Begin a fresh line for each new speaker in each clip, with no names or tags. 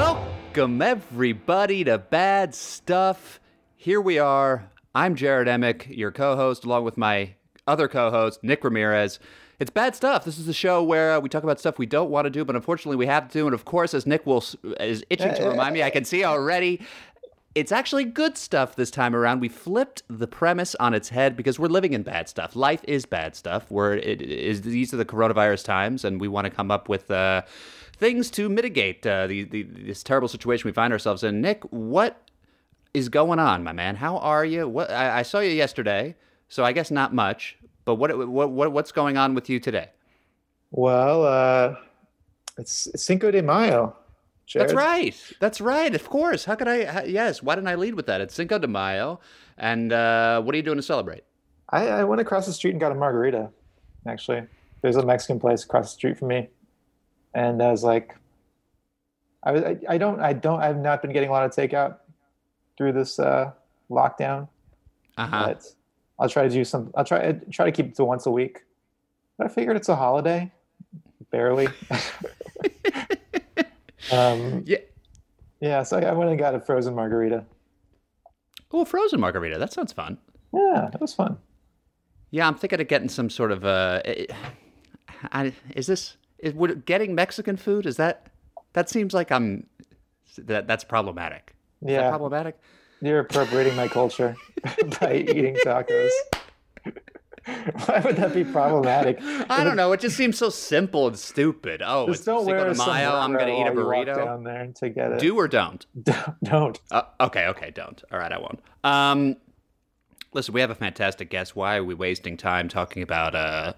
Welcome, everybody, to Bad Stuff. Here we are. I'm Jared Emick, your co host, along with my other co host, Nick Ramirez. It's Bad Stuff. This is the show where uh, we talk about stuff we don't want to do, but unfortunately we have to. And of course, as Nick will s- is itching to remind me, I can see already. It's actually good stuff this time around. We flipped the premise on its head because we're living in bad stuff. Life is bad stuff. Where it is these are the coronavirus times, and we want to come up with uh, things to mitigate uh, the, the, this terrible situation we find ourselves in. Nick, what is going on, my man? How are you? What I, I saw you yesterday, so I guess not much. But what, what what what's going on with you today?
Well, uh, it's it's Cinco de Mayo. Jared.
That's right. That's right. Of course. How could I? How, yes. Why didn't I lead with that? It's Cinco de Mayo, and uh, what are you doing to celebrate?
I, I went across the street and got a margarita. Actually, there's a Mexican place across the street from me, and I was like, I was I, I don't I don't I've not been getting a lot of takeout through this uh, lockdown,
Uh huh.
but I'll try to do some. I'll try try to keep it to once a week. But I figured it's a holiday, barely. um,
Yeah.
yeah, so I went and got a frozen margarita.
Oh, a frozen margarita. That sounds fun.
Yeah, it was fun.
Yeah, I'm thinking of getting some sort of. Uh, I- I, is this is would getting Mexican food? Is that that seems like I'm that that's problematic. Is that
Yeah,
problematic.
you're appropriating my culture by eating tacos. Why would that be problematic?
I don't know. It just seems so simple and stupid. Oh,
Just
it's
don't
Cinco
wear
de
a
Mayo. I'm going to eat a
sombrero while you walk
burrito.
down there to get it.
Do or don't.
Don't- don't.
Uh, okay, okay, don't. All right, I won't. Um, listen, we have a fantastic guest. Why are we wasting time talking about uh,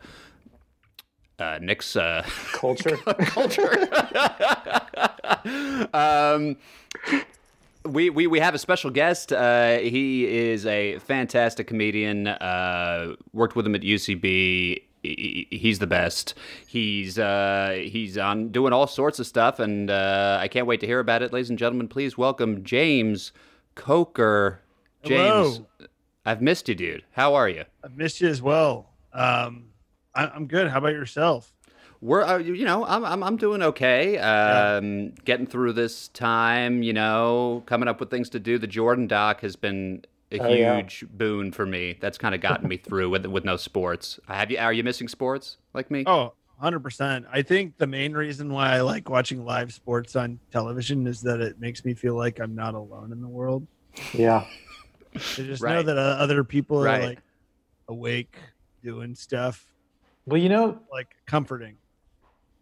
uh, Nick's uh,
Culture.
culture? um, we, we we have a special guest. Uh, he is a fantastic comedian. Uh, worked with him at UCB. He- he- He's the best. He's uh, he's on doing all sorts of stuff, and uh, I can't wait to hear about it, ladies and gentlemen. Please welcome James Coker. James,
Hello.
I've missed you, dude. How are you?
I missed you as well. Um, I, I'm good. How about yourself?
We're uh, you you know I'm I'm, I'm doing okay. Um, Getting through this time, you know, coming up with things to do. The Jordan doc has been a
Oh, yeah.
huge boon for me. That's kind of gotten me through with with no sports. Have you? Are you missing sports like me?
Oh, 100%. I think the main reason why I like watching live sports on television is that it makes me feel like I'm not alone in the world.
yeah.
To just know
Right.
that uh, other people are
Right.
like awake, doing stuff,
Well, you know,
like comforting.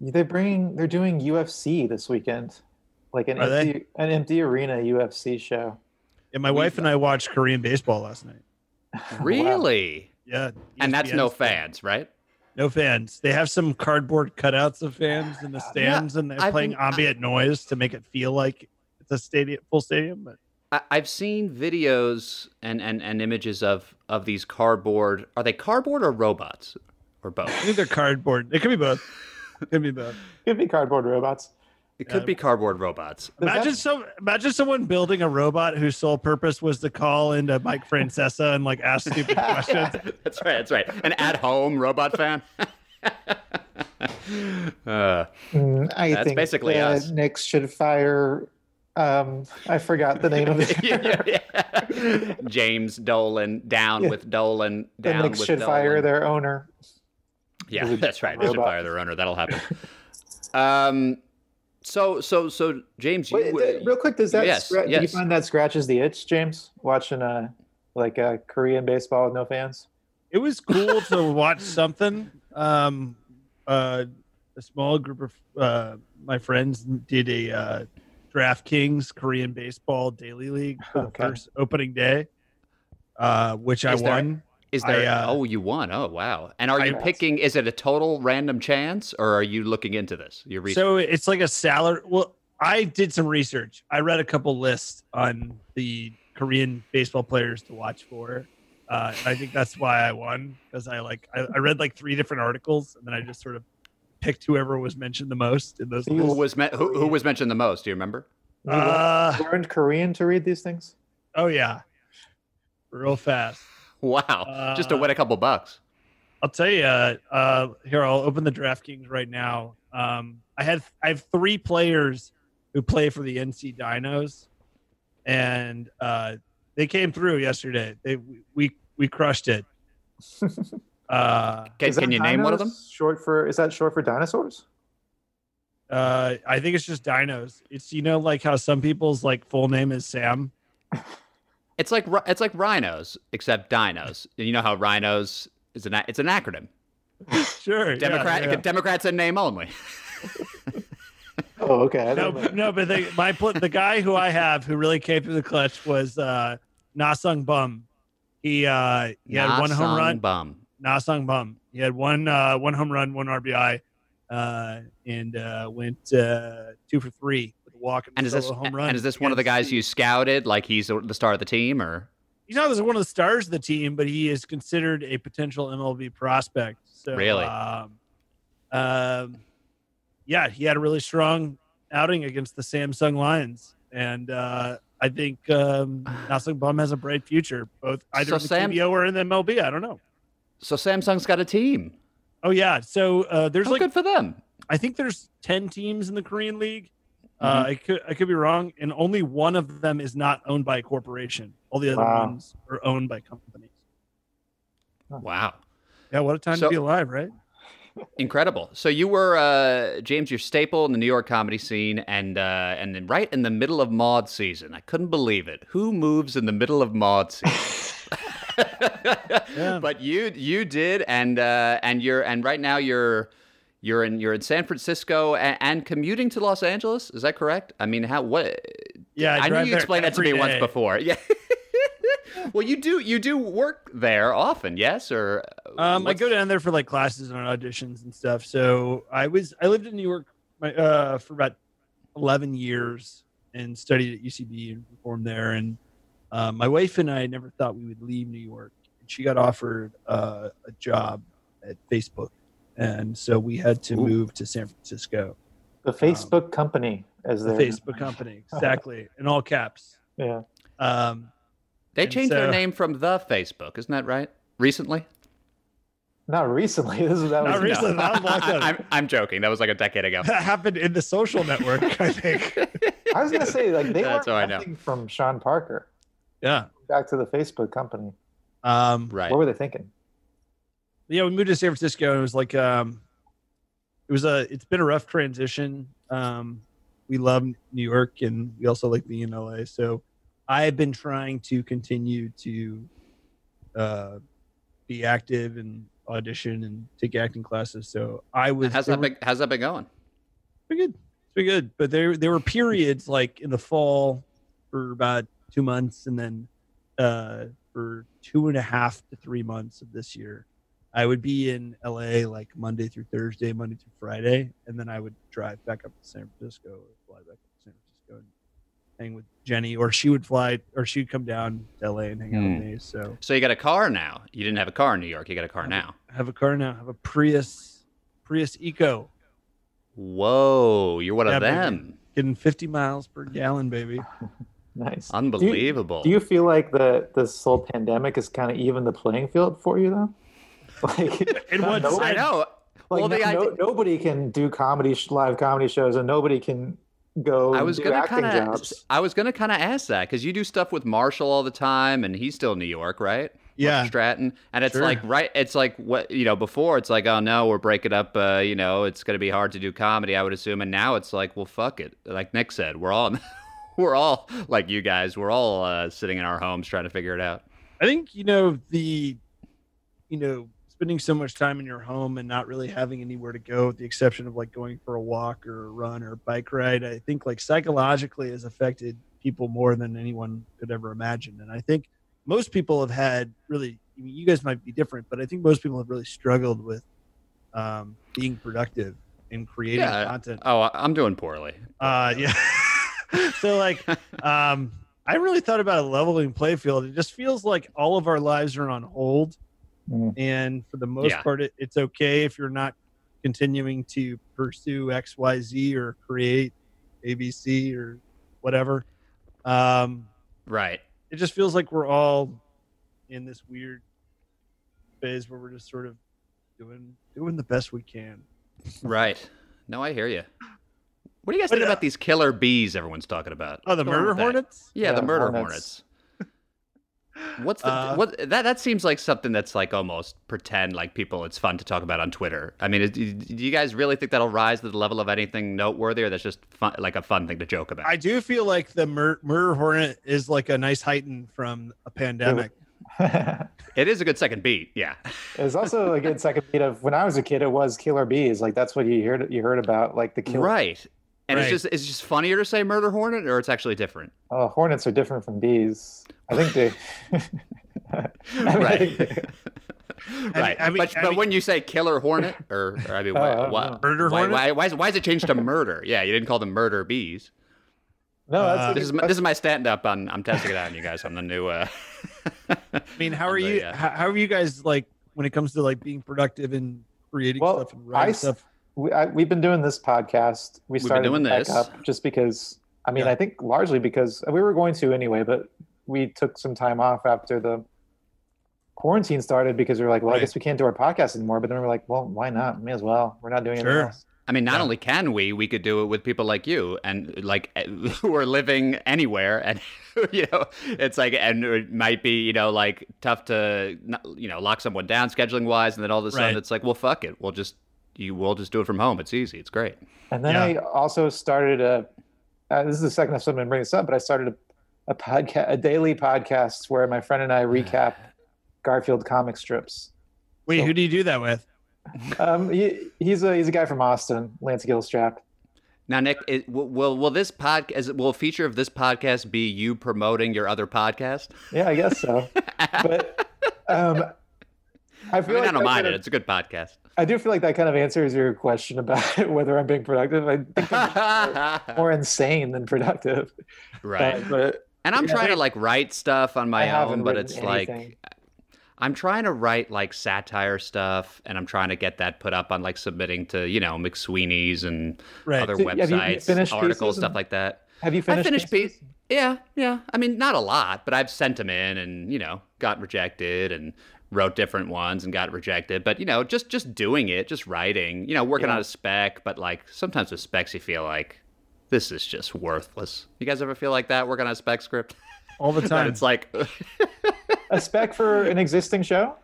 they're bringing. They're doing UFC this weekend, like an
Are they?
empty, an empty arena UFC show.
And my
We've-
wife and I watched Korean baseball last night.
Really?
Yeah. E
And that's no
E
ESPN's thing.
fans, right?
No fans. They have some cardboard cutouts of fans in the stands, and they're
I've
playing
been- I-
ambient noise to make it feel like it's a stadium, full stadium. But
I, I've seen videos and, and, and images of of these cardboard. Are they cardboard or robots or both?
I think they're cardboard. It could be both. Could be both.
Could be cardboard robots.
It
Um,
could be cardboard robots.
Does that-
Imagine some. Imagine someone building a robot whose sole purpose was to call into Mike Francesa and like ask stupid questions.
that's right. That's right. An at home robot fan. uh,
Mm, I
That's
think
basically
uh,
us.
Nick should fire. Um, I forgot the name of it.
yeah, yeah, yeah. James Dolan down
Yeah.
with Dolan
the
down
Knicks
with
should
Dolan.
fire their owner.
Yeah,
There's a
that's right. They should
robot.
fire their owner. That'll happen. um. So so so James, you,
Wait, th- real quick, does that
yes,
scra- do you
yes.
find that scratches the itch, James? Watching uh like uh, Korean baseball with no fans.
It was cool to watch something. Um, uh, a small group of uh, my friends did a uh, DraftKings Korean Baseball Daily League for the
Okay.
first opening day, uh, which I
Is there-
won.
is there?
I, uh,
oh, you won. Oh, wow. And are
I-
you picking? Is it a total random chance, or are you looking into this? You're researching.
So it's like a salary. Well, I did some research. I read a couple lists on the Korean baseball players to watch for. Uh, I think that's why I won because I like I, I read like three different articles and then I just sort of picked whoever was mentioned the most in those.
So you
who
lists.
was me- who, who was mentioned the most? Do you remember?
You
Uh,
learned Korean to read these things.
oh yeah, real fast.
Wow, just to
Uh,
win a couple bucks.
I'll tell you. Uh, uh, here, I'll open the DraftKings right now. Um, I had I have three players who play for the NC Dinos, and uh, they came through yesterday. They we we crushed it. uh,
Can,
Is that
can you name one of them?
dinos Short for is that short for dinosaurs?
uh, I think it's just Dinos. It's you know like how some people's like full name is Sam.
It's like ri- it's like rhinos, except dinos. And you know how rhinos is an a- it's an acronym.
Sure, yeah,
Democrat
yeah.
Democrats in name only.
Oh, okay. I
no,
don't know.
no, but they, my pl- the guy who I have who really came to the clutch was uh, Nasung Bum. He uh, he had one home
Nasang
run.
Bum.
Nasung Bum. He had one uh, one home run, one RBI, uh, and uh, went uh, two for three with a walk and,
And is this
solo home run.
and is this one of the guys
against-
you scouted? Like he's the the star of the team, or
He's not as one of the stars of the team, but he is considered a potential MLB prospect. So
Really?
um, um, yeah, he had a really strong outing against the Samsung Lions, and uh, I think um, Nasung Bum has a bright future, both either
So
in the
Sam-
KBO or in the MLB. I don't know.
so Samsung's got a team.
Oh yeah, so uh, there's
How
like
good for them.
I think there's ten teams in the Korean League. Uh, I could I could be wrong, and only one of them is not owned by a corporation. All the other
Wow.
ones are owned by companies.
Wow,
Yeah, what a time
So-
to be alive, right?
incredible. So you were uh, James, your staple in the New York comedy scene, and uh, and then right in the middle of Maud season. I couldn't believe it. Who moves in the middle of Maud season?
Yeah.
But you you did, and uh, and you're and right now you're you're in you're in San Francisco and, and commuting to Los Angeles. Is that correct? I mean, how what?
Yeah, I
I, know
drive
you
there
explained that to me
every
once
day.
before. Yeah. well, you do you do work there often, yes? Or
Um, I
what's-
go down there for like classes and auditions and stuff. So I was I lived in New York my, uh, for about eleven years and studied at UCB and performed there. And uh, my wife and I never thought we would leave New York. And she got offered uh, a job at Facebook, and so we had to
Ooh.
move to San Francisco.
The Facebook company is
The
there.
Facebook company, exactly, in all caps.
Yeah.
Um,
they
and
changed their
so-
name from the Facebook, isn't that right? Recently?
Not recently. This is that
Not
was
recently. that was a long time.
I, am I'm joking. That was like a decade ago.
that happened in the social network, I think.
I was gonna say like they
That's
That's
all I know.
nothing from Sean Parker
Yeah.
back to the Facebook company.
Um,
right.
What were they thinking?
yeah, we moved to San Francisco and it was like um it was a it's been a rough transition. Um we love New York and we also like being in LA. So I've been trying to continue to uh be active and audition and take acting classes. So I was
How's
there
that
were-
been, how's that been going?
been good. It's been good. But there there were periods like in the fall for about two months and then uh for two and a half to three months of this year. I would be in LA like Monday through Thursday, Monday through Friday, and then I would drive back up to San Francisco or fly back up to San Francisco and hang with Jenny or she would fly or she'd come down to LA and hang out with me. So
So you got a car now. You didn't have a car in New York. You got a car now.
I have a car now, I have a Prius Prius Eco
Whoa, you're one
Yeah,
of
baby.
them.
getting 50 miles per gallon, baby.
Nice.
Unbelievable.
Do you feel like the this whole pandemic has kind of evened the playing field for you though? Like
In
not
what
no-
sense?
I know.
Like
well,
no,
the idea,
no- nobody can do comedy sh- live comedy shows, and nobody can go.
I was
do
gonna
acting
kind of,
jobs.
I was gonna kind of ask that because you do stuff with Marshall all the time, and he's still in New York, right?
Yeah.
Stratton, and it's
Sure.
like right, it's like what you know before. It's like oh no, we're breaking up. Uh, you know, it's gonna be hard to do comedy, I would assume. And now it's like well, fuck it. Like Nick said, we're all, we're all like you guys. We're all uh, sitting in our homes trying to figure it out.
I think you know the, you know, spending so much time in your home and not really having anywhere to go, with the exception of like going for a walk or a run or a bike ride. I think like psychologically has affected people more than anyone could ever imagine, and I think most people have had really. I mean, you guys might be different, but I think most people have really struggled with um, being productive and creating
Yeah.
content.
Oh, I- I'm doing poorly.
Uh, yeah. so like, um, I really thought about a leveling play field. It just feels like all of our lives are on hold,
Mm.
and for the most
Yeah.
part, it, it's okay if you're not continuing to pursue X, Y, Z, or create ABC or whatever. Um,
Right.
it just feels like we're all in this weird phase where we're just sort of doing doing the best we can.
Right. No, I hear you. What do you guys
But,
think
uh,
about these killer bees everyone's talking about?
Oh, the
What's going on
murder
with that?
hornets.
Yeah, the
Yeah,
murder hornets.
hornets.
What's the,
Uh,
what that that seems like something that's like almost pretend like people it's fun to talk about on Twitter. I mean, is, do you guys really think that'll rise to the level of anything noteworthy, or that's just fun, like a fun thing to joke about?
I do feel like the mur- murder hornet is like a nice heightened from a pandemic.
it is a good second beat. Yeah,
It's also a good second beat of when I was a kid. It was killer bees. Like that's what you heard you heard about. Like the killer
right. And
Right.
it's just it's just funnier to say murder hornet, or it's actually different.
oh, hornets are different from bees. I think they. I mean, I
right.
think they-
right.
I mean-
but
I
but
mean-
when you say killer hornet, or, or I mean,
Oh,
why,
I don't
why,
know.
Murder
why,
hornet.
why, why, is, why is it changed to murder? Yeah, you didn't call them murder bees.
no, that's
Uh,
a
this is
good
my, this is my stand up on I'm testing it out on you guys on the new uh
I mean, how are
But,
you?
yeah.
How, how are you guys like when it comes to like being productive and creating
Well,
stuff and
I
writing
s-
stuff?
we, I, we've been doing this podcast. We
We've been
started
doing
back
this.
up just because. I mean,
Yeah.
I think largely because we were going to anyway, but we took some time off after the quarantine started because we were like, well,
Right.
I guess we can't do our podcast anymore. But then we were like, well, why not? May as well. We're not doing anything
Sure.
else.
I mean not
Yeah.
only can we we could do it with people like you and like who are living anywhere and you know it's like and it might be you know like tough to not- you know lock someone down scheduling wise and then all of a sudden
Right.
it's like well fuck it we'll just you will just do it from home it's easy it's great
And then
Yeah.
I also started a. Uh, this is the second time someone bring this up, but I started a, a podcast, a daily podcast where my friend and I recap Garfield comic strips.
Wait,
so-
who do you do that with?
Um, he, he's a he's a guy from Austin, Lance Gilstrap.
now Nick it, will- will will this podcast will a feature of this podcast be you promoting your other podcast
Yeah, I guess so. but um, I
I
feel
mean
like
I don't
that
mind it
kind of-
it's a good podcast
I do feel like that kind of answers your question about whether I'm being productive. I think I'm more insane than productive. Uh,
right
But
And I'm
Yeah.
trying to like write stuff on
I
my
haven't
own, but
written
it's
anything.
like I'm trying to write like satire stuff, and I'm trying to get that put up on like submitting to you know McSweeney's and
Right.
other
So, have you- you
websites,
finished
articles,
pieces
stuff
and-
like that.
have you finished?
I finished
pieces?
piece. Yeah, yeah. I mean, not a lot, but I've sent them in, and you know, got rejected, and wrote different ones and got rejected. But you know, just just doing it, just writing, you know, working
Yeah.
on a spec. But like sometimes with specs, you feel like this is just worthless. You guys ever feel like that working on a spec script?
All the
That
time.
it's like
a spec for an existing show?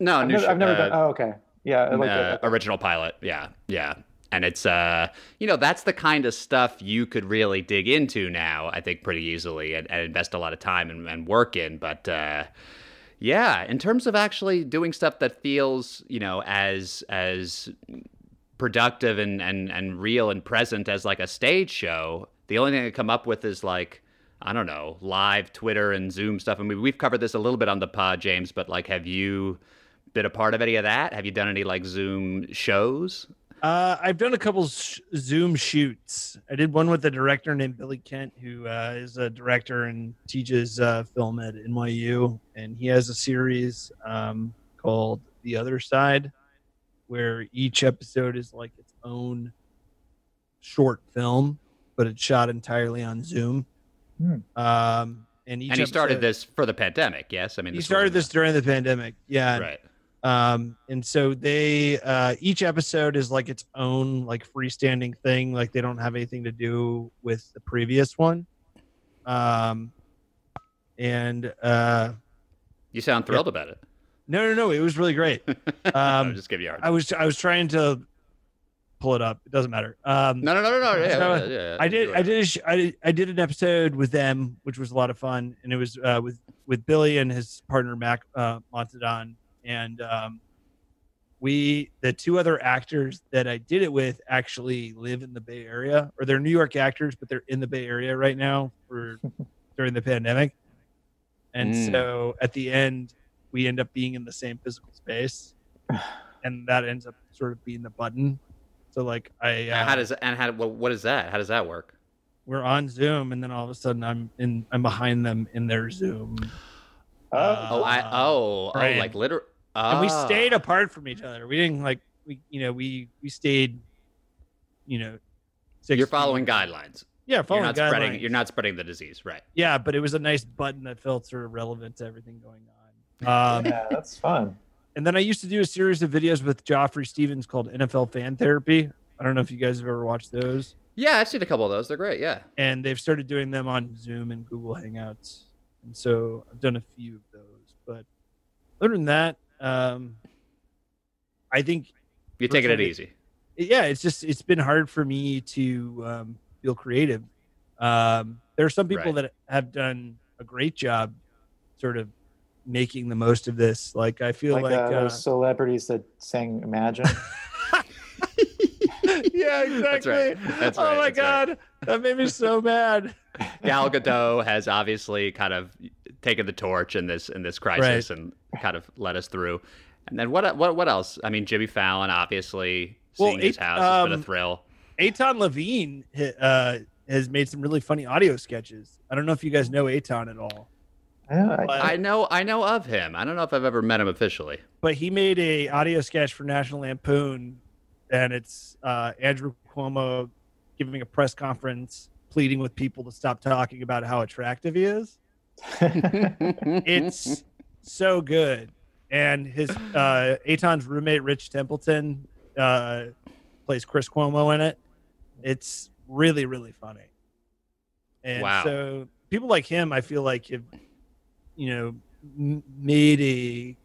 no,
I've
new
never,
show-
I've never
uh,
done. Oh, okay. Yeah, I like
uh,
that.
original pilot. Yeah, yeah. And it's uh, you know, that's the kind of stuff you could really dig into now. I think pretty easily and, and invest a lot of time and, and work in. But uh, yeah, in terms of actually doing stuff that feels, you know, as as productive and and and real and present as like a stage show. The only thing I come up with is like I don't know, live Twitter and Zoom stuff. I mean, we've covered this a little bit on the pod, James, but like, have you been a part of any of that? Have you done any like Zoom shows?
Uh, I've done a couple sh- Zoom shoots. I did one with a director named Billy Kent, who uh, is a director and teaches uh, film at NYU, and he has a series um, called The Other Side, where each episode is like its own short film, but it's shot entirely on Zoom.
Hmm.
Um, and each
and you started
episode-
this for the pandemic, yes? I mean,
He
this
started this
wasn't-
during the pandemic. Yeah, and
right?
um and so they uh each episode is like its own like freestanding thing like they don't have anything to do with the previous one um and uh
You sound thrilled about it.
no no no it was really great
I'm
Um,
just giving you a hard.
i was i was trying to pull it up it doesn't matter um
no, no, no, no, no. Yeah,
So,
yeah, yeah,
I did.
you're
I did. A sh- I did. I did an episode with them, which was a lot of fun, and it was uh, with with Billy and his partner Mac uh, Montadon, and um, we the two other actors that I did it with actually live in the Bay Area, or they're New York actors, but they're in the Bay Area right now for during the pandemic, and
Mm.
so at the end we end up being in the same physical space, and that ends up sort of being the button. So like I
How does and how what, what is that? How does that work?
we're on Zoom, and then all of a sudden I'm in I'm behind them in their Zoom,
Oh,
Oh, I
Uh,
oh oh
right.
like literally.
and
Ah.
we stayed apart from each other. We didn't like we you know we we stayed, you know, six.
You're following
feet-
guidelines.
Yeah,
You're
following
not
guidelines.
spreading. You're not spreading the disease, right?
Yeah, but it was a nice button that felt sort of relevant to everything going on. Um,
yeah, that's fun.
and then I used to do a series of videos with Joffrey Stevens called NFL Fan Therapy. I don't know if you guys have ever watched those.
Yeah, I've seen a couple of those. They're great. Yeah.
and they've started doing them on Zoom and Google Hangouts. And so I've done a few of those. But other than that, um, I think,
You're taking it
Perfect.
easy.
yeah, it's just it's been hard for me to um, feel creative. Um, there are some people
Right.
that have done a great job, sort of making the most of this. Like I feel
Like,
like,
uh,
uh,
those celebrities that sang Imagine.
yeah, exactly.
That's right. That's
oh
right.
my
That's right.
god, that made me so mad.
Gal Gadot has obviously kind of taken the torch in this in this crisis and kind of led us through. And then what what what else? I mean, Jimmy Fallon obviously
Well,
seeing his
it-
house has been
um,
a thrill.
Aton Levine uh, has made some really funny audio sketches. I don't know if you guys know Aton at all,
Yeah, I-
but,
I know I know of him. I don't know if I've ever met him officially.
but he made a audio sketch for National Lampoon, and it's uh, Andrew Cuomo giving a press conference, pleading with people to stop talking about how attractive he is. It's so good, and his uh, Aton's roommate Rich Templeton uh, plays Chris Cuomo in it. It's really really funny. And
Wow.
so people like him, I feel like have, you know, m- made a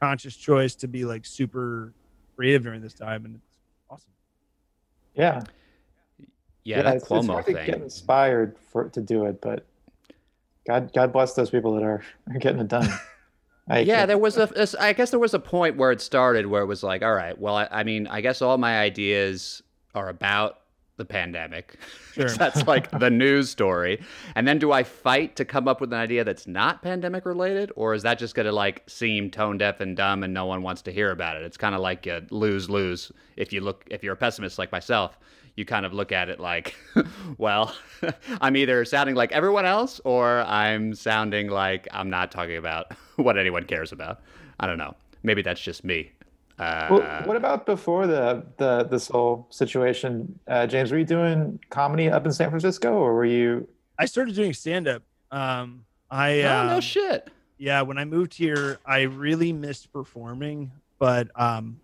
conscious choice to be like super creative during this time, and it's awesome.
yeah.
yeah, that
it's, it's
Cuomo
hard to
thing.
get inspired for to do it, but God, God bless those people that are, are getting it done. I,
yeah, there was a. this- I guess there was a point where it started where it was like, all right, well, I, I mean, I guess all my ideas are about the pandemic.
Sure.
that's like the news story. And then do I fight to come up with an idea that's not pandemic related, or is that just going to like seem tone deaf and dumb and no one wants to hear about it? It's kind of like a lose lose. If you look, if you're a pessimist like myself. You kind of look at it like, well, I'm either sounding like everyone else or I'm sounding like I'm not talking about what anyone cares about. I don't know. Maybe that's just me. Uh,
Well, what about before the, the this whole situation, uh, James? Were you doing comedy up in San Francisco, or were you?
I started doing stand up. Um, I
oh, no
um,
shit.
yeah when i moved here i really missed performing but um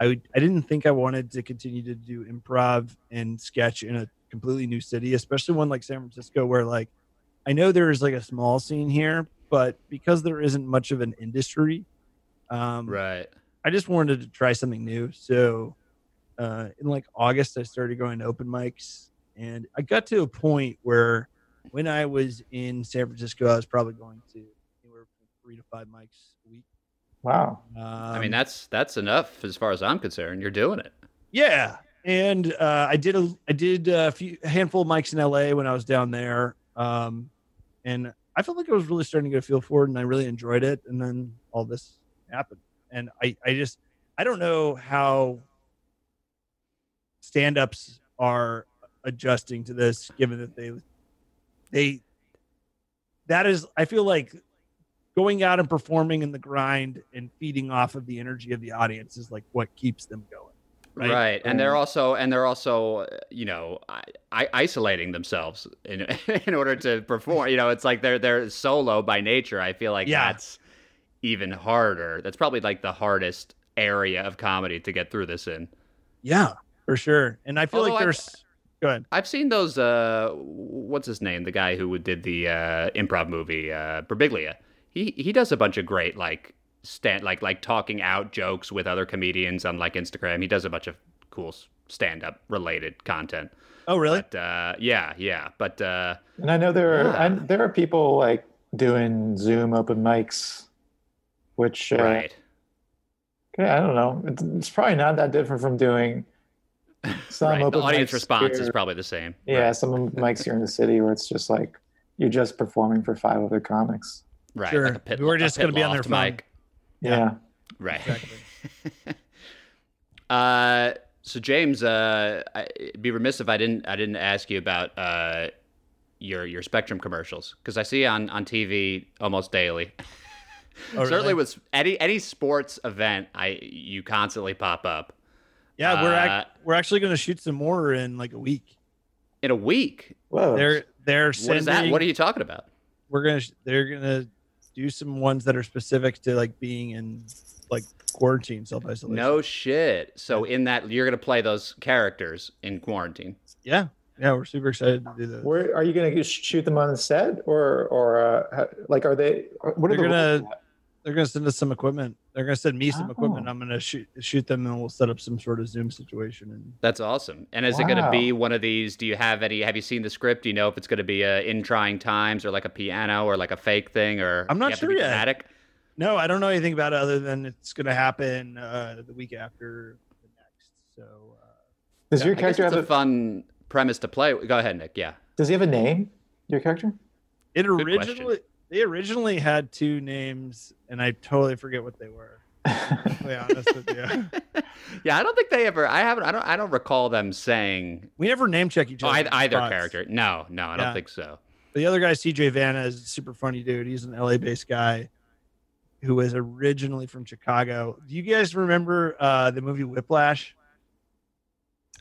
i would- i didn't think i wanted to continue to do improv and sketch in a completely new city especially one like san francisco where like i know there's like a small scene here but because there isn't much of an industry um
Right.
i just wanted to try something new so uh in like august i started going to open mics and i got to a point where when I was in San Francisco, I was probably going to anywhere from three to five mics a week.
Wow,
Um,
I mean, that's that's enough as far as I'm concerned. You're doing it.
yeah. And uh, I did a I did a few a handful of mics in LA when I was down there, um, and I felt like I was really starting to get a feel for it, and I really enjoyed it. And then all this happened, and I I just I don't know how stand ups are adjusting to this, given that they they that is I feel like going out and performing in the grind and feeding off of the energy of the audience is like what keeps them going.
Right.
Right.
And they're also and they're also, uh, you know, I, I, isolating themselves in in order to perform. You know, it's like they're they're solo by nature. I feel like
Yeah.
that's even harder. That's probably like the hardest area of comedy to get through this in.
Yeah, for sure. And I feel
Although
like
I-
there's go ahead.
I've seen those. Uh, what's his name? The guy who did the uh, improv movie uh, Berbiglia. He he does a bunch of great like stand like like talking out jokes with other comedians on like Instagram. He does a bunch of cool stand up related content.
Oh, really?
But uh, yeah, yeah. But uh,
and I know there are
Yeah.
I, there are people like doing Zoom open mics, which uh,
right.
yeah, I don't know. It's, it's probably not that different from doing some
right.
open
The audience
mics
response
here.
is probably the same.
Yeah, some open mics here in the city where it's just like you're just performing for five other comics.
Right.
Sure.
Like a pit,
We're
a
just
pit
gonna be on
loft
their phone.
mic.
Yeah.
yeah.
Right.
Exactly.
Uh, so James, uh, I, it'd be remiss if I didn't I didn't ask you about uh, your your Spectrum commercials because I see on on TV almost daily.
Oh, really?
Certainly with any any sports event, I you constantly pop up
yeah, we're
uh,
ac- we're actually going to shoot some more in like a week.
in a week.
Whoa.
They're they're
What is that?
sending.
What are you talking about?
We're gonna sh- they're gonna do some ones that are specific to like being in like quarantine self isolation.
No shit. So in that you're gonna play those characters in quarantine.
Yeah. Yeah, we're super excited to do that.
Where are you going to shoot them on the set, or or uh, ha- like are they? What are the
They're gonna-
rules?
They're gonna send us some equipment. They're gonna send me some equipment.
Oh.
I'm gonna shoot shoot them, and we'll set up some sort of Zoom situation. And
That's awesome. And is it gonna
Wow.
be one of these? Do you have any? Have you seen the script? Do you know if it's gonna be a in trying times or like a piano or like a fake thing or?
I'm
you
not
have to
sure
be
yet.
dramatic?
no, I don't know anything about it other than it's gonna happen uh, the week after the next. So uh,
Does
I
your
guess
character
it's a
have a,
fun premise to play. Go ahead, Nick. Yeah.
Does he have a name? Your character?
it
question.
originally they originally had two names, and I totally forget what they were. To be honest with you,
yeah, I don't think they ever. I haven't. I don't. I don't recall them saying
we never name check each
oh, ei-
other. in
either
spots.
character. No, no, I don't
Yeah.
think so.
The other guy, CJ Vanna, is a super funny dude. He's an LA based guy who was originally from Chicago. Do you guys remember uh, the movie Whiplash?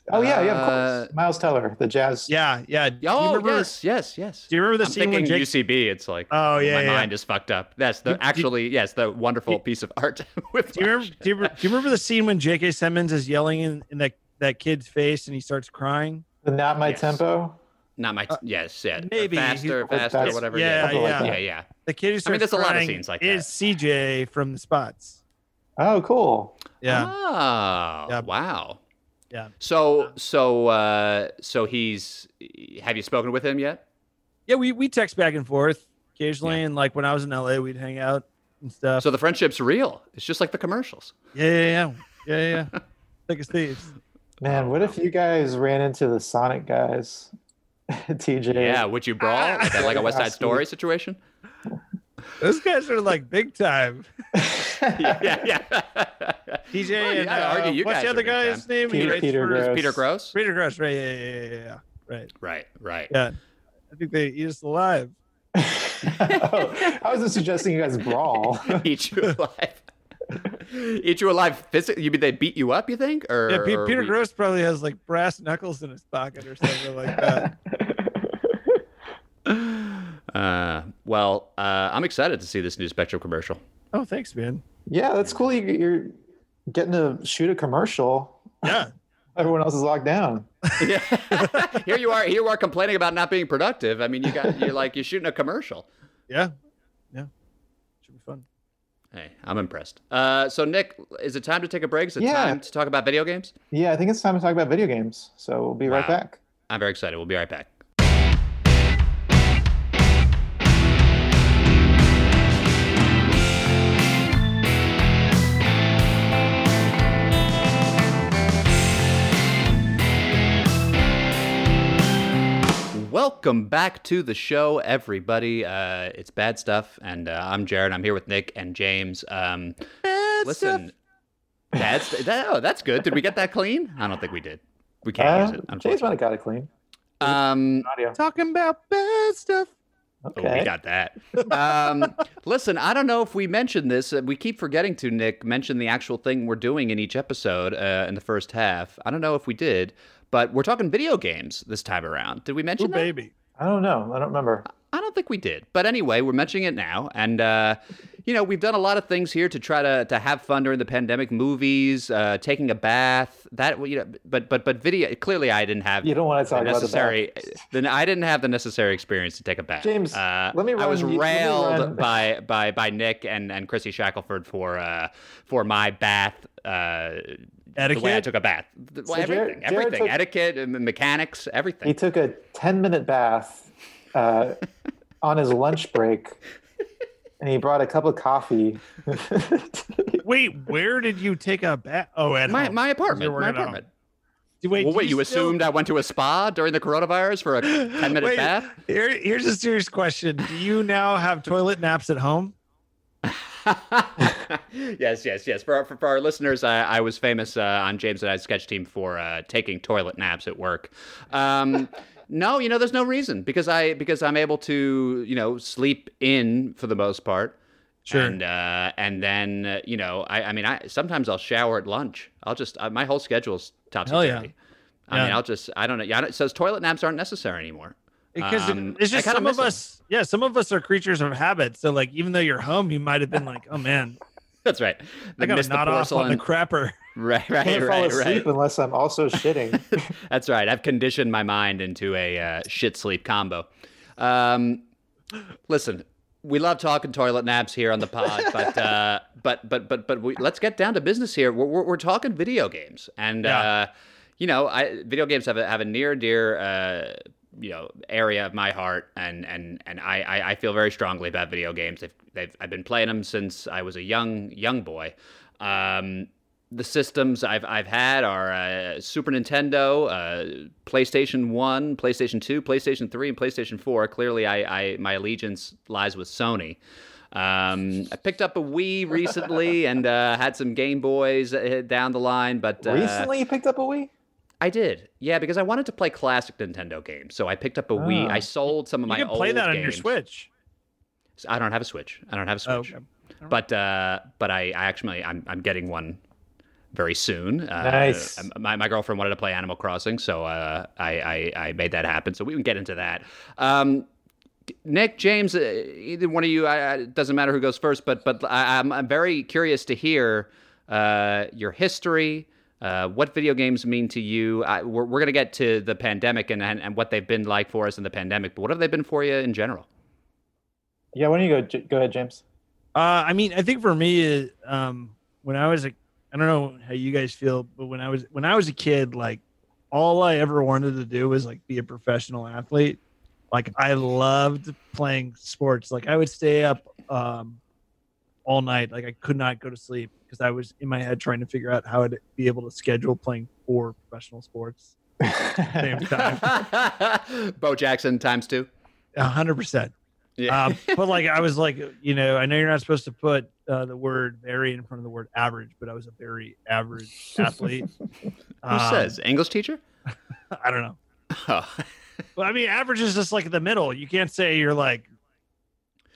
Oh yeah, yeah, of
Uh,
course. Miles Teller, the jazz.
Yeah, yeah. Do you
Oh
remember,
yes, yes, yes.
Do you remember the
I'm
scene when
thinking
Jake?
UCB. It's like
oh yeah,
my
yeah.
mind is fucked up. That's
Do-
the
do-
actually yes, the wonderful
do-
piece of art. with
Do you remember? Do you, re- do you remember the scene when J.K. Simmons is yelling in, in that that kid's face and he starts crying?
The Not my
Yes.
tempo.
Not my
Uh,
yes, yeah.
maybe he-
faster,
That's-
faster,
that's-
whatever.
yeah,
yeah,
Something like
yeah.
that.
yeah,
The kid who starts
there's a lot of
crying
scenes like
is CJ from the Spots. Uh-huh.
Oh, cool.
Yeah,
Oh,
Yeah.
wow.
Yeah.
So so uh so he's have you spoken with him yet?
yeah. We we text back and forth occasionally, and like when I was in L.A., we'd hang out and stuff.
So the friendship's real. It's just like the commercials.
Yeah, yeah, yeah, yeah, yeah. Thick as thieves.
Man, what if you guys ran into the Sonic guys? TJ.
Yeah, Ah. would you brawl? Is that like a West Side Story situation?
Those guys are like big time.
yeah, yeah.
DJ
Well,
and
yeah, I
uh,
argue you
what's
guys
the
are
other
big time.
guy's name? He
Peter-
writes
Peter
for-
Gross.
Peter Gross.
Peter Gross. Right. Yeah, yeah, yeah, yeah, yeah. Right.
Right, right.
Yeah. I think they eat us alive.
oh, I wasn't suggesting you guys brawl.
Eat you alive. Eat you alive physically. You mean they beat you up? You think? Or
yeah. Pe-
or
Peter
we-
Gross probably has like brass knuckles in his pocket or something like that.
Uh, well, uh, I'm excited to see this new Spectrum commercial.
oh, thanks, man.
yeah, that's cool. You, you're getting to shoot a commercial.
Yeah.
Everyone else is locked down.
Yeah. here you are. Here you are complaining about not being productive. I mean, you got you're like you're shooting a commercial.
Yeah. Yeah. Should be fun.
Hey, I'm impressed. Uh, so Nick, is it time to take a break? Is it
Yeah.
time to talk about video games?
Yeah, I think it's time to talk about video games. So we'll be right
Wow.
back.
I'm very excited. We'll be right back. Welcome back to the show, everybody. Uh, it's bad stuff, and uh, I'm Jared. I'm here with Nick and James. Um, listen, bad st- that, oh, that's good. Did we get that clean? I don't think we did. We can't
Uh,
use it.
James might
unfortunately.
have got it clean.
Um,
Audio.
Talking about bad stuff.
oh, we
Okay.
got that. Um, listen, I don't know if we mentioned this. uh, We keep forgetting to Nick mention the actual thing we're doing in each episode uh, in the first half. I don't know if we did, but we're talking video games this time around. Did we
Ooh,
mention that?
baby.
I don't know. I don't remember.
I don't think we did. But anyway, we're mentioning it now. And, uh, you know, we've done a lot of things here to try to, to have fun during the pandemic movies, uh, taking a bath, that, you know, but, but, but video, clearly I didn't have
You don't want to
the
talk about the
necessary,
back.
then I didn't have the necessary experience to take a bath.
James,
uh,
let me
I was
run you- let me
railed
run-
by, by, by Nick and, and Chrissy Shackelford for, uh, for my bath, uh, the way I
Etiquette?
took a bath. The-
So Jared-
everything,
Jared
everything,
took-
etiquette, and mechanics, everything.
He took a 10 minute bath uh, on his lunch break and he brought a cup of coffee.
Wait, where did you take a bath? Oh, at
my,
home.
my
You're
apartment,
working
my
at home.
apartment.
Wait,
well,
do
wait, you,
still-
assumed I went to a spa during the coronavirus for a 10 minute
Wait,
bath?
Here, here's a serious question. Do you now have toilet naps at home?
yes, yes, yes. For our, for, for our listeners, I, I was famous uh, on James and I's sketch team for uh, taking toilet naps at work. Um, no, you know, there's no reason because I because I'm able to you know sleep in for the most part.
Sure.
And uh, and then uh, you know, I, I mean, I sometimes I'll shower at lunch. I'll just uh, my whole schedule's topsy
Hell
turvy.
yeah.
I mean,
Yeah.
I'll just I don't know. Yeah, I don't, so toilet naps aren't necessary anymore.
Because it-
Um,
it's
I
just
kinda
some
miss
of
'em.
us, yeah, some of us are creatures of habit. So like, even though you're home, you might have been like, oh man,
That's right.
I got to
missed
nod off on the
porcelain.
crapper.
Right,
I
right,
can't fall
right, right.
asleep unless I'm also shitting.
That's right. I've conditioned my mind into a uh, shit sleep combo. Um, listen, we love talking toilet naps here on the pod, but uh, but but but but we, let's get down to business here. We're, we're, we're talking video games, and
Yeah.
uh, you know, I, video games have a, have a near and dear uh, you know area of my heart, and and and I, I, I feel very strongly about video games. They've, they've I've been playing them since I was a young young boy. Um, the systems I've I've had are uh, Super Nintendo, uh, PlayStation One, PlayStation Two, PlayStation Three, and PlayStation Four. Clearly, I, I my allegiance lies with Sony. Um, I picked up a Wii recently and uh, had some Game Boys uh, down the line, but uh,
Recently, you picked up a Wii.
I did, yeah, because I wanted to play classic Nintendo games, so I picked up a Wii.
Ah.
I sold some of
Oh. You
my
can play
old
that on your
games.
Switch.
I don't have a Switch. I don't have a
Oh,
Switch.
okay.
But uh, but I, I actually I'm I'm getting one very soon. Uh,
Nice.
uh, My, my girlfriend wanted to play Animal Crossing, so uh, I, I I made that happen. So we can get into that. Um, Nick James, uh, either one of you, I, I, it doesn't matter who goes first, but but I, I'm I'm very curious to hear uh, your history. Uh, what video games mean to you? I, we're we're gonna get to the pandemic and, and and what they've been like for us in the pandemic, but what have they been for you in general?
Yeah, why don't you go? J- Go ahead, James.
Uh, I mean, I think for me, uh, um, when I was a, I don't know how you guys feel, but when I was when I was a kid, like all I ever wanted to do was like be a professional athlete. Like I loved playing sports. Like I would stay up um, all night. Like I could not go to sleep because I was in my head trying to figure out how I'd be able to schedule playing four professional sports at the same time.
Bo Jackson times two.
A hundred percent.
Yeah.
Um, but like I was like, you know, I know you're not supposed to put uh, the word "very" in front of the word "average," but I was a very average athlete. Um,
Who says English teacher?
I don't know.
Oh,
But I mean, average is just like the middle. You can't say you're like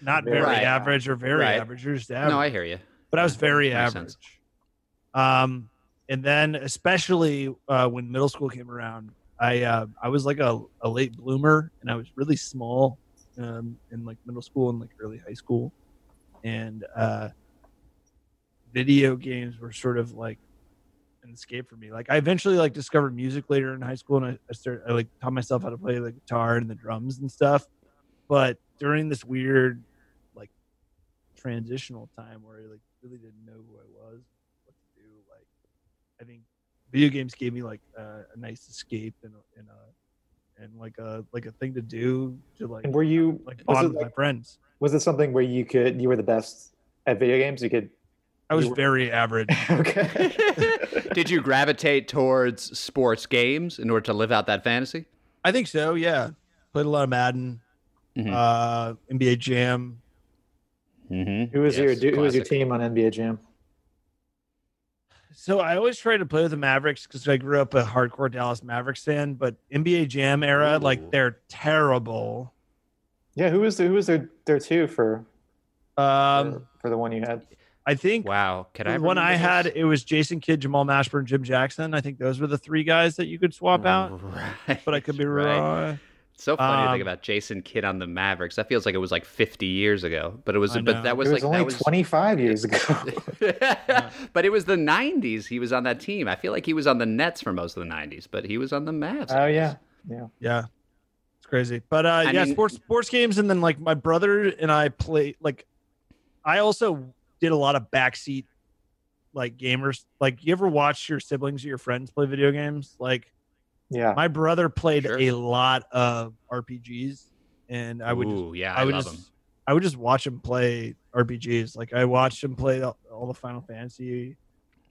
not very
Right.
average or very
Right.
average. You're just average.
no, I hear you.
but I was very
Makes
average. Um, and then especially uh, when middle school came around, I uh, I was like a, a late bloomer, and I was really small um, in like middle school and like early high school, and uh, video games were sort of like an escape for me. Like I eventually like discovered music later in high school, and I, I started I like taught myself how to play the guitar and the drums and stuff. But during this weird like transitional time where I like really didn't know who I was, what to do, like I think video games gave me like uh, a nice escape and a- and a and like a like a thing to do to like
And were you?
like
was
bond
it
with my
like-
friends.
Was it something where you could? You were the best at video games. You could.
I was
you were-
very average.
okay.
Did you gravitate towards sports games in order to live out that fantasy?
I think so. Yeah, played a lot of Madden,
Mhm.
uh, NBA Jam.
Mm-hmm.
Who was your dude, Who was your team on NBA Jam?
So I always tried to play with the Mavericks because I grew up a hardcore Dallas Mavericks fan. But NBA Jam era,
Ooh.
like they're terrible.
Yeah, who was the, who was their their two for
Um,
for the one you had?
I think
Wow. Can I?
the one I
remember
had
this?
it was Jason Kidd, Jamal Mashburn, Jim Jackson. I think those were the three guys that you could swap out.
Right,
But I could be
right.
wrong.
It's so funny to think
Um,
about Jason Kidd on the Mavericks. That feels like it was like 50 years ago, but it was.
I
But
know.
that was
it was
like
only
that was.
25 years ago.
but it was the 90s. He was on that team. I feel like he was on the Nets for most of the 90s, but he was on the Mavs.
oh yeah,
Yeah. It's crazy. But uh
I
yeah,
mean-
sports sports games and then like my brother and I play like I also did a lot of backseat like gamers. Like you ever watch your siblings or your friends play video games? Like
yeah.
my brother played
Sure.
a lot of RPGs and I would just
Ooh, yeah, I,
I would
love
just
him.
I would just watch him play RPGs. Like I watched him play all, all the Final Fantasy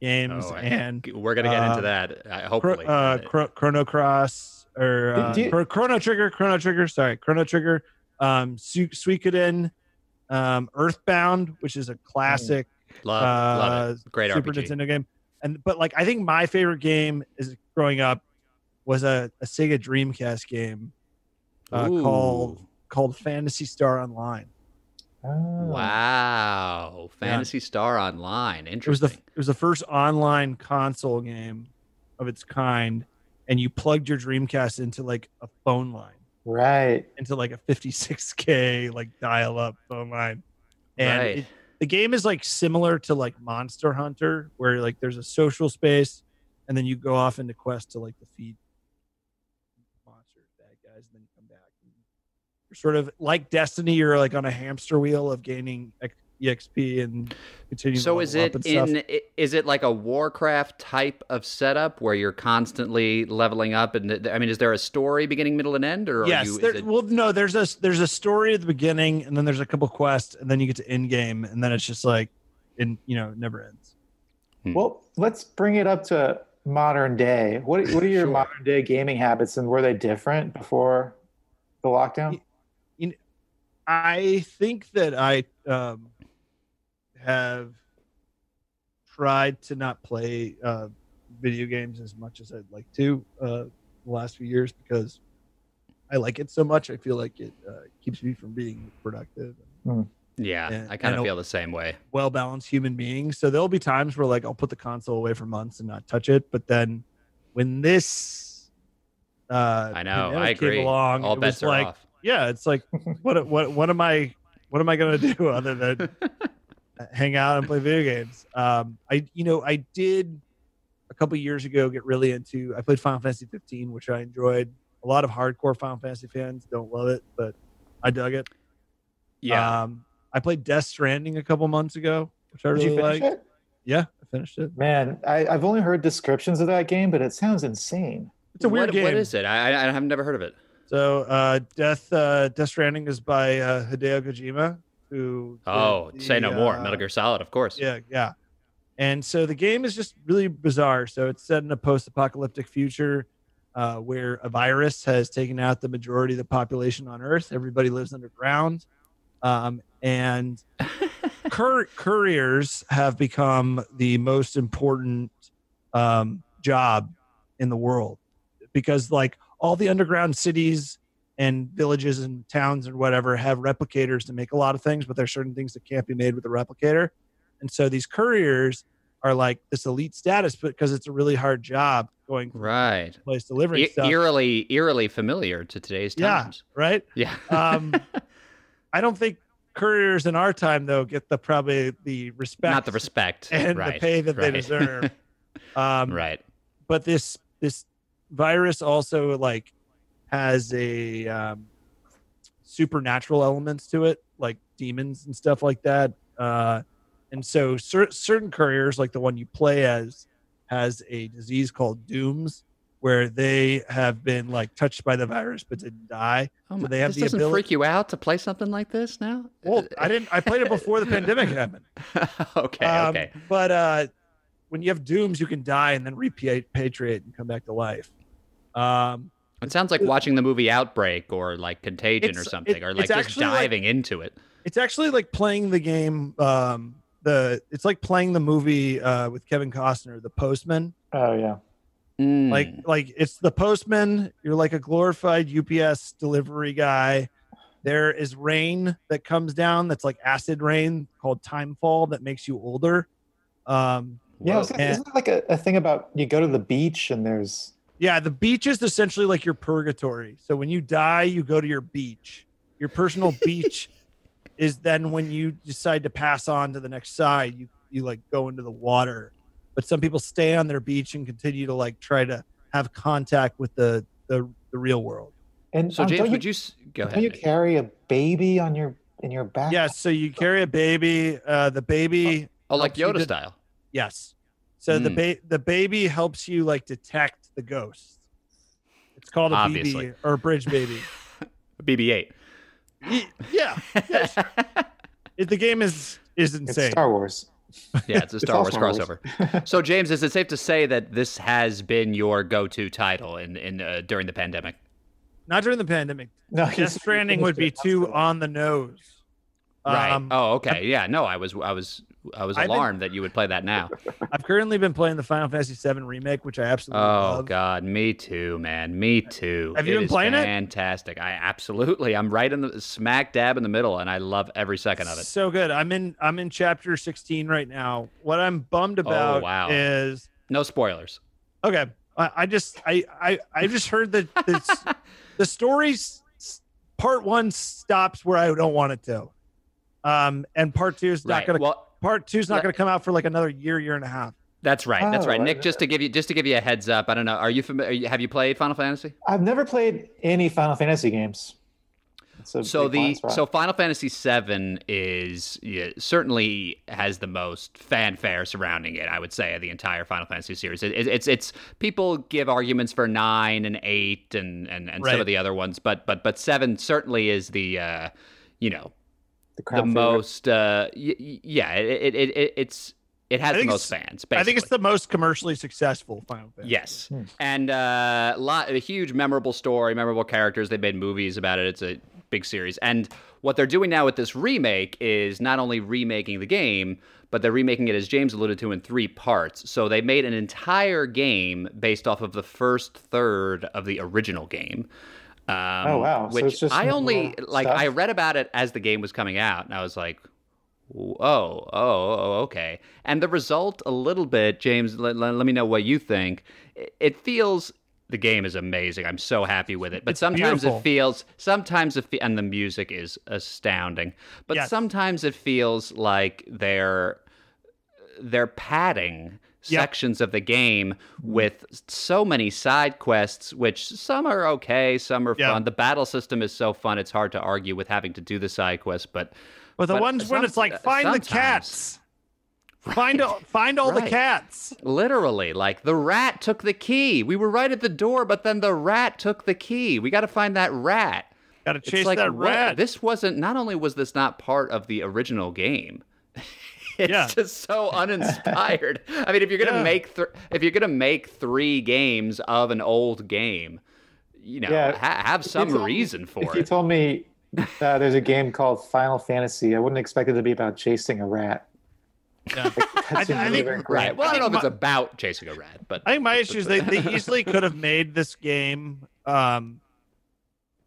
games
Oh, I-
and
We're gonna get into
Uh,
that. Uh,
Chro-
hopefully,
uh, Chro- Chrono Cross or
Do-
uh,
do you-
Chro- Chrono Trigger, Chrono Trigger, sorry, Chrono Trigger, um, Su- Suikoden, um, Earthbound, which is a classic
Mm. love, love
uh,
it. Great
Super
RPG.
Nintendo game. And but like I think my favorite game is growing up was a, a Sega Dreamcast game uh,
Ooh.
called called Fantasy Star Online.
Oh.
Wow, Fantasy Star Online.
It was the
Interesting.
it was the first online console game of its kind, and you plugged your Dreamcast into like a phone line.
Right.
into like a 56k like dial up phone line and
Right.
it, the game is like similar to like Monster Hunter, where like there's a social space, and then you go off into quest to like defeat monsters, bad guys, and then you come back. And you're sort of like Destiny. You're like on a hamster wheel of gaining ex- exp and continuing.
So
to
is
level
it
up and stuff.
in? i- Is it like a Warcraft type of setup where you're constantly leveling up? And th- I mean, is there a story beginning, middle, and end, or
yes
are you? is
there-
it-
well no there's a there's a story at the beginning and then there's a couple quests and then you get to end game and then it's just like and you know it never ends
Well, let's bring it up to modern day. What what are your
Sure.
modern day gaming habits, and were they different before the lockdown?
i think that i um have tried to not play uh video games as much as i'd like to uh the last few years because i like it so much i feel like it uh, keeps me from being productive
yeah,
yeah,
I
I
kind of
know.
feel the same way.
well balanced human being. So there'll be times where like I'll put the console away for months and not touch it. But then when this uh
I know,
pandemic
I
came
agree.
along,
All
it
bets
was
are
like
off.
yeah, it's like what what what am I what am I gonna do other than hang out and play video games? Um I you know, I did a couple years ago get really into I played Final Fantasy 15, which I enjoyed. A lot of hardcore Final Fantasy fans don't love it, but I dug it.
Yeah,
Um, I played Death Stranding a couple months ago, which I
Did you
really
finish
like.
it?
Yeah, I finished it.
Man, I, I've only heard descriptions of that game, but it sounds insane.
It's a weird
what,
game.
What is it? I, I I've never heard of it.
So, uh, Death uh, Death Stranding is by uh, Hideo Kojima, who did
Oh,
the,
say no more.
uh,
Metal Gear Solid, of course.
Yeah, yeah. And so the game is just really bizarre. So it's set in a post-apocalyptic future uh, where a virus has taken out the majority of the population on Earth. Everybody lives underground, um, and cur- couriers have become the most important um, job in the world because, like, all the underground cities and villages and towns and whatever have replicators to make a lot of things, but there's certain things that can't be made with a replicator. And so these couriers are like this elite status because it's a really hard job going from
Right.
place delivering
E-
stuff,
eerily, eerily familiar to today's
Yeah.
times.
right?
Yeah.
Um, I don't think couriers in our time though get the probably the respect,
Not the respect
and
right.
the pay that they
right.
deserve. Um,
right.
But this this virus also like has a um, supernatural elements to it, like demons and stuff like that. Uh, and so cer- certain couriers, like the one you play as, has a disease called Dooms, where they have been like touched by the virus but didn't die.
Oh
So
my,
they have
this
the
doesn't
abili-
freak you out to play something like this now? Uh,
Well, I didn't. I played it before the pandemic happened.
okay.
Um,
okay.
But uh, when you have Dooms, you can die and then repatriate and come back to life. Um,
It sounds like watching the movie Outbreak or like Contagion or
It's-
something,
it-
or like
it's
just
actually, like-
diving into it.
It's actually like playing the game. Um, the it's like playing the movie uh, with Kevin Costner, The Postman.
Oh yeah,
Hmm. Mm.
Like like it's The Postman. You're like a glorified UPS delivery guy. There is rain that comes down that's like acid rain called timefall that makes you older. Um,
yeah. I was
Whoa.
gonna- isn't that like a, a thing about you go to the beach and there's
Yeah, the beach is essentially like your purgatory. So when you die, you go to your beach. Your personal beach is then when you decide to pass on to the next side, you you like go into the water. But some people stay on their beach and continue to like try to have contact with the the, the real world.
and
so,
um,
James,
don't
would
you,
you s- go
don't
ahead?
you
Nick.
carry a baby on your in your back?
Yeah, so you carry a baby, uh the baby
oh, like
you
Yoda
did-
style.
Yes. So the
Mm.
ba- the baby helps you like detect the ghost. It's called a
Obviously.
BB or a bridge baby.
BB-8.
Y- yeah. Yes. It, the game is is
it's
insane.
Star Wars.
yeah, it's a
It's
Star
all
Wars
Star Wars.
crossover. so, James, is it safe to say that this has been your go-to title in in uh, during the pandemic?
Not during the pandemic.
No,
Death Stranding would be too on the nose.
Right.
Um,
oh, okay. Yeah. No, I was I was I was
I've been-
alarmed that you would play that now.
I've currently been playing the Final Fantasy VII remake, which I absolutely
Oh
love.
God, me too, man. Me too.
Have you been
is
playing it?
Fantastic. I absolutely. I'm right in the smack dab in the middle, and I love every second of it.
So good. I'm in I'm in chapter 16 right now. What I'm bummed about
Oh, wow.
is
No spoilers.
okay. I, I just I, I I just heard that this, the story s- part one stops where I don't want it to. Um, and part two is not
Right.
gonna
Well,
part two's not
Let-
gonna come out for like another year, year and a half.
that's right. That's
Oh,
right.
I-
Nick, just to give you just to give you a heads up, I don't know. Are you familiar? Have you played Final Fantasy?
I've never played any Final Fantasy games. It's a
so
big
the
blind spot.
so Final Fantasy VII is yeah, certainly has the most fanfare surrounding it. I would say of the entire Final Fantasy series. It, it, it's it's people give arguments for nine and eight and and, and some
Right.
of the other ones, but but but seven certainly is the uh, you know
crown
the
favorite.
most uh, y- y- yeah it, it, it, it it's it has the
think
most
it's-
fans. Basically.
I think it's the most commercially successful Final Fantasy.
Yes,
Hmm.
and uh, lot a huge memorable story, memorable characters. They made movies about it. It's a big series, and what they're doing now with this remake is not only remaking the game, but they're remaking it as James alluded to in three parts. So they made an entire game based off of the first third of the original game. Um,
Oh, wow. So
Which
it's just
I only
more
like.
stuff?
I read about it as the game was coming out, and I was like, oh, oh, oh, okay. And the result, a little bit, James. Let, let, let me know what you think. It, it feels the game is amazing. I'm so happy with it. But
It's
sometimes
beautiful.
it feels. Sometimes it fe- and the music is astounding. But
Yes.
sometimes it feels like they're they're padding
Yeah.
sections of the game with so many side quests which some are okay some are
Yeah.
fun the battle system is so fun it's hard to argue with having to do the side quests but
But the
But
ones when
some-
it's like
uh,
find
sometimes-
the cats. Find all, find all the
Right.
cats.
literally like the rat took the key we were right at the door but then the rat took the key we got to find that rat
Got to
it's
chase
like
that
what-
rat.
this wasn't not only was this not part of the original game it's
Yeah.
just so uninspired i mean if you're gonna
Yeah.
make th- if you're gonna make three games of an old game you know
Yeah.
ha- have some
told-
reason
If
for
you
it
told me uh, there's a game called Final Fantasy, I wouldn't expect it to be about chasing a rat.
Yeah.
Like, that
I-
seems
I think-
really
right well i don't know
think
if it's about chasing a rat but
I think my issue is they, they easily could have made this game um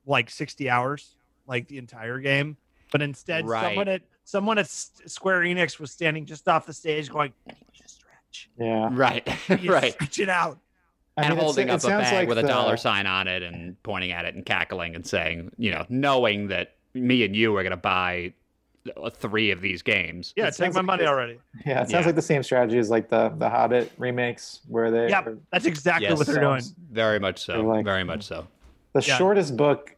like 60 hours, like the entire game. But instead,
Right.
someone at someone at S- Square Enix was standing just off the stage going, "Can you stretch?
Yeah.
right
Can you
right
Stretch it out.
I mean,
and
it's-
holding
it
up a
sounds
bag
like
with a
the-
dollar sign on it and pointing at it and cackling and saying, you know, knowing that me and you are going to buy uh, three of these games.
Yeah,
It
take
sounds
my
like
money
this-
already.
Yeah, it sounds
Yeah.
like the same strategy as like the the Hobbit remakes, where they
Yep.
are-
That's exactly
Yes.
what they're doing.
Sounds-
Very much so.
They're like-
very much so.
the
Yeah.
shortest book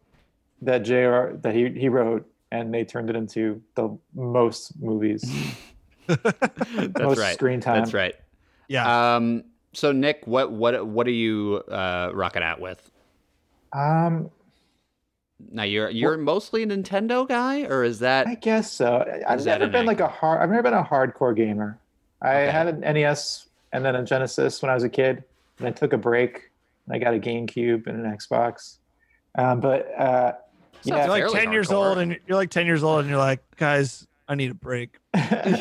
that J.R. that he he wrote, and they turned it into the most movies,
That's
most
right.
screen time.
That's right.
Yeah.
Um, so Nick, what what what are you uh, rocking out with?
Um,
Now you're you're mostly a Nintendo guy, or is that
I guess so. I- I've
Is that
never
an
been like a hard. I've never been a hardcore gamer. I
Okay.
had an NES and then a Genesis when I was a kid, and I took a break. And I got a GameCube and an Xbox. Um, but uh,
Sounds
yeah,
you're like
fairly
10 years
hardcore.
old and you're like 10 years old and you're like, guys, I need a break.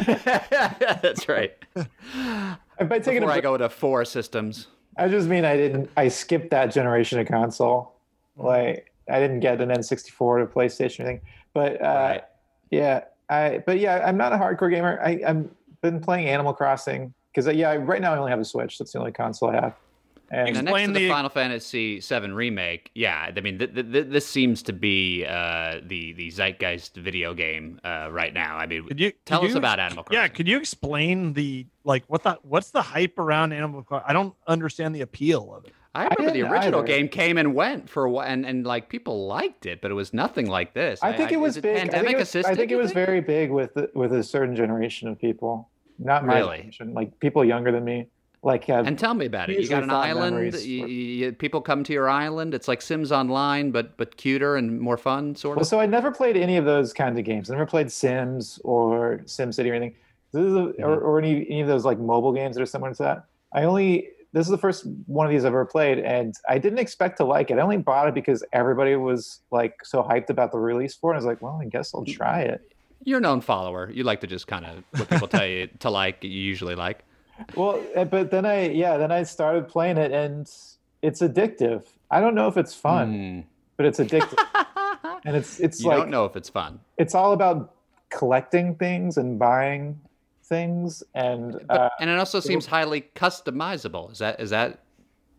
That's right.
I've been taking a
Before I
break.
go to four systems.
I just mean I didn't. I skipped that generation of console.
Mm-hmm.
Like I didn't get an N64 or a PlayStation or anything. But uh,
Right.
yeah, I. But yeah, I'm not a hardcore gamer. I, I've been playing Animal Crossing because yeah, I- right now I only have a Switch. That's the only console I have.
Now,
And
next to
Explain
the,
the-
Final Fantasy VII remake, yeah, I mean, th- th- th- this seems to be uh, the the zeitgeist video game uh, right now. I mean,
Could you
tell
could
us
you-
about Animal Crossing.
Yeah, could you explain the like what the what's the hype around Animal Crossing? I don't understand the appeal of it.
I remember the
didn't
original
either.
game came and went for a while, and, and like people liked it, but it was nothing like this.
I think it
is
was big. I think
Pandemic
it was,
assisted.
I think it
you
was very big with with a certain generation of people. Not my
Really?
generation, like people younger than me. Like have,
And tell me about it. You
Usually
got an
fond
island.
memories
You,
were-
you, people come to your island. It's like Sims Online, but but cuter and more fun, sort
Well,
of.
so I never played any of those kinds of games. I never played Sims or SimCity or anything. This is a, or,
Mm-hmm.
or any any of those like mobile games that are similar to that. I only this is the first one of these I've ever played, and I didn't expect to like it. I only bought it because everybody was like so hyped about the release for it. I was like, well, I guess I'll try it.
You're a known follower. You like to just kind of what people tell you to like. You usually like.
well uh, but then i yeah then i started playing it and it's addictive i don't know if it's fun
Hmm.
but it's addictive
Mm.
and it's it's
you
like
don't know if it's fun.
it's all about collecting things and buying things and uh,
and it also seems highly customizable. Is that is that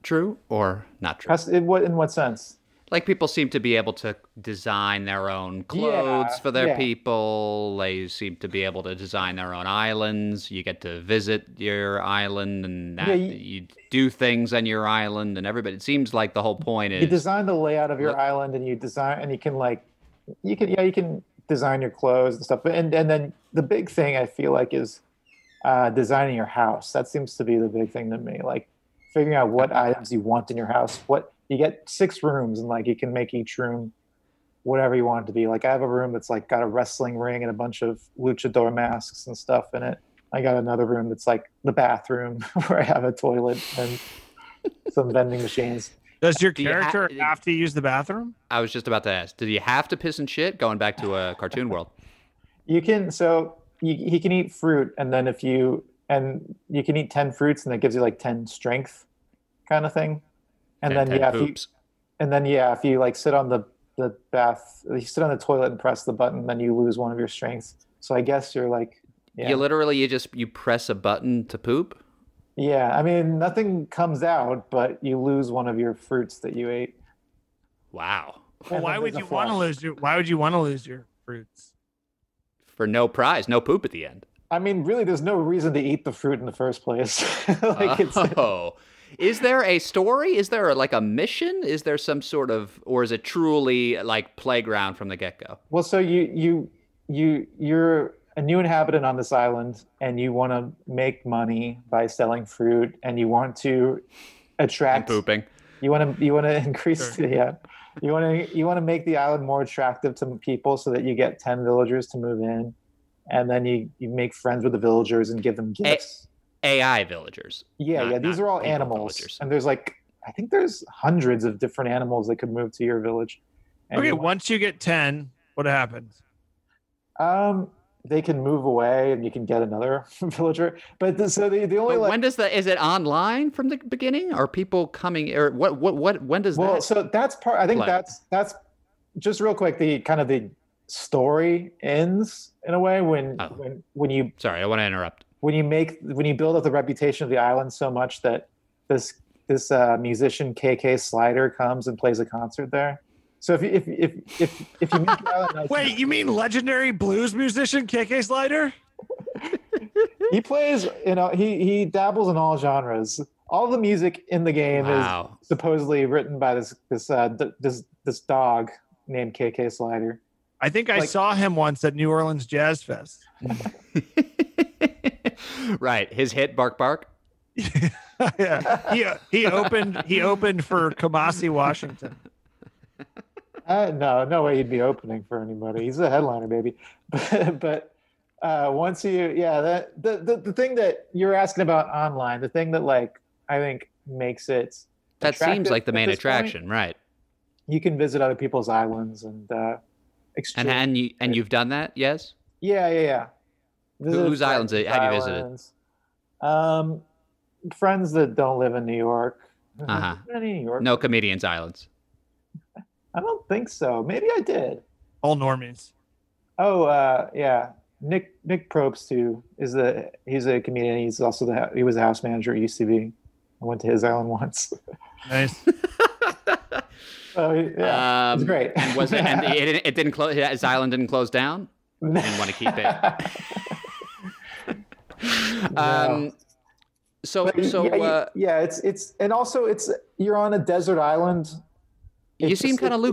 true or not true?
cus- in what in what sense
Like people seem to be able to design their own clothes
Yeah,
for their
yeah.
people. They seem to be able to design their own islands. You get to visit your island and that,
Yeah,
you,
you-
do things on your island and everybody. It seems like the whole point
you
is
design the layout of your
Look-
island and you design and you can like you can yeah you can design your clothes and stuff but and, and then the big thing i feel like is uh, designing your house that seems to be the big thing to me like figuring out what items you want in your house what you get six rooms and like you can make each room whatever you want it to be like i have a room that's like got a wrestling ring and a bunch of luchador masks and stuff in it i got another room that's like the bathroom where i have a toilet and some vending machines
Does your
Do you ha-
character have to use the bathroom?
I was just about to ask, did you have to piss and shit going back to a cartoon world?
You can so you, he can eat fruit, and then if you and you can eat ten fruits, and that gives you like ten strength, kind of thing. And then
ten
yeah, if you,
poops.
and then yeah, if you like sit on the the bath, you sit on the toilet and press the button, then you lose one of your strengths. So I guess you're like yeah,
You literally you just you press a button to poop.
yeah. I mean, nothing comes out, but you lose one of your fruits that you ate.
Wow.
And
why
then
would
there's
you
a
want to
flash.
lose your? Why would you want to lose your fruits?
For no prize, no poop at the end.
I mean, really, there's no reason to eat the fruit in the first place. like it's
oh. Is there a story? Is there like a mission? Is there some sort of, or is it truly like playground from the get go?
Well, so you you you you're a new inhabitant on this island, and you want to make money by selling fruit, and you want to
And
attract.
pooping.
You want to you want to increase.
Sure.
Yeah, you want to you want to make the island more attractive to people, so that you get ten villagers to move in, and then you you make friends with the villagers and give them gifts.
AI villagers.
yeah,
not-
yeah. These
not
are all
people,
animals,
villagers.
and there's like I think there's hundreds of different animals that could move to your village. And
okay,
you want-
once you get ten, what happens?
Um, they can move away, and you can get another villager. But the, so the, the only
But
like
when does the is it online from the beginning? Are people coming or what what what when does
well,
that
so that's part. I think
play?
that's that's just real quick. The kind of the story ends in a way when
Oh.
when when you
Sorry, I want to interrupt.
when you make when you build up the reputation of the island so much that this this uh, musician KK Slider comes and plays a concert there. So if you, if if if if you make the island nice
Wait,
enough-
you mean legendary blues musician KK Slider?
he plays you know he he dabbles in all genres. All the music in the game is
Wow.
supposedly written by this this uh, d- this this dog named KK Slider.
I think I
Like-
saw him once at New Orleans Jazz Fest.
right. His hit bark bark.
yeah, he he opened he opened for Kamasi Washington.
Uh, no, no way he'd be opening for anybody. He's a headliner, baby. But, but uh, once you, yeah, that the, the the thing that you're asking about online, the thing that like I think makes it
That seems
Attractive
like the
at
main
this point?
attraction, right?
you can visit other people's islands and uh,
And
exchange.
and you and you've done that, yes?
yeah, yeah, yeah. Visit
whose islands
friends'
have you visited?
islands. Um, friends that don't live in New York.
Uh-huh.
Any New York.
No comedians islands.
I don't think so. Maybe I did.
All normies.
Oh, uh, yeah. Nick Nick Probst too is the he's a comedian. He's also the he was the house manager at UCB. I went to his island once.
Nice.
So yeah,
um,
it's great.
was it? And it, it, didn't close. His island didn't close down. didn't wanna keep
it.
Um, so
But
so
yeah,
uh,
yeah, it's it's and also it's you're on a desert island.
You
It's
seem
just-
kinda
You're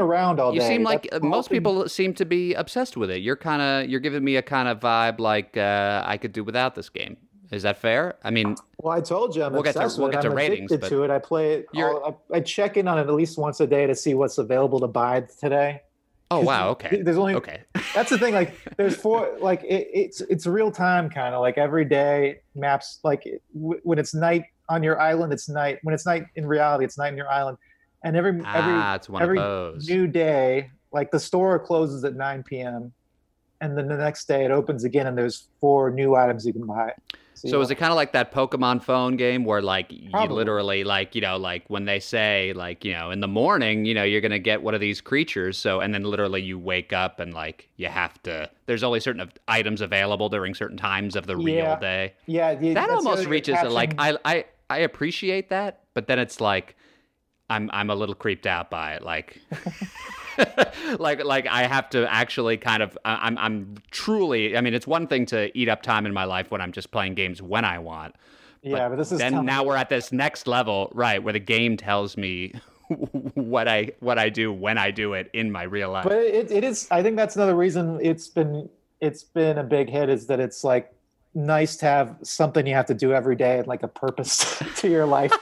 lukewarm.
around all
you
day.
seem like
That's
uh,
all
most
been-
people seem to be obsessed with it. You're kind of you're giving me a kind of vibe like uh, I could do without this game. Is that fair? I mean,
Well, I told you I'm
We'll get to-
obsessed
we'll
with
get
it.
to
I'm
ratings,
addicted
but
to it. I play it.
You're-
all- I, I check in on it at least once a day to see what's available to buy today.
oh
'Cause
wow, okay,
There's only
okay.
that's the thing like there's four like it, it's it's real time kind of like every day maps like it, w- when it's night on your island it's night when it's night in reality it's night in your island and every
ah, it's one
every
of those.
every new day like the store closes at 9 p.m and then the next day it opens again and there's four new items you can buy
so is it kind of like that Pokemon phone game where like you
Probably.
literally like you know like when they say like you know in the morning you know you're gonna get one of these creatures so and then literally you wake up and like you have to there's only certain of- items available during certain times of the real
Yeah.
day.
yeah
that
the- that's the
almost
other
reaches a, like
attraction.
I, I I appreciate that, but then it's like I'm I'm a little creeped out by it. Like, like like I have to actually kind of I- I'm I'm truly. I mean, it's one thing to eat up time in my life when I'm just playing games when I want.
yeah, but this is
Then
telling-
now we're at this next level, right, where the game tells me what I what I do when I do it in my real life.
but it, it is i think that's another reason it's been it's been a big hit is that it's like nice to have something you have to do every day and like a purpose to your life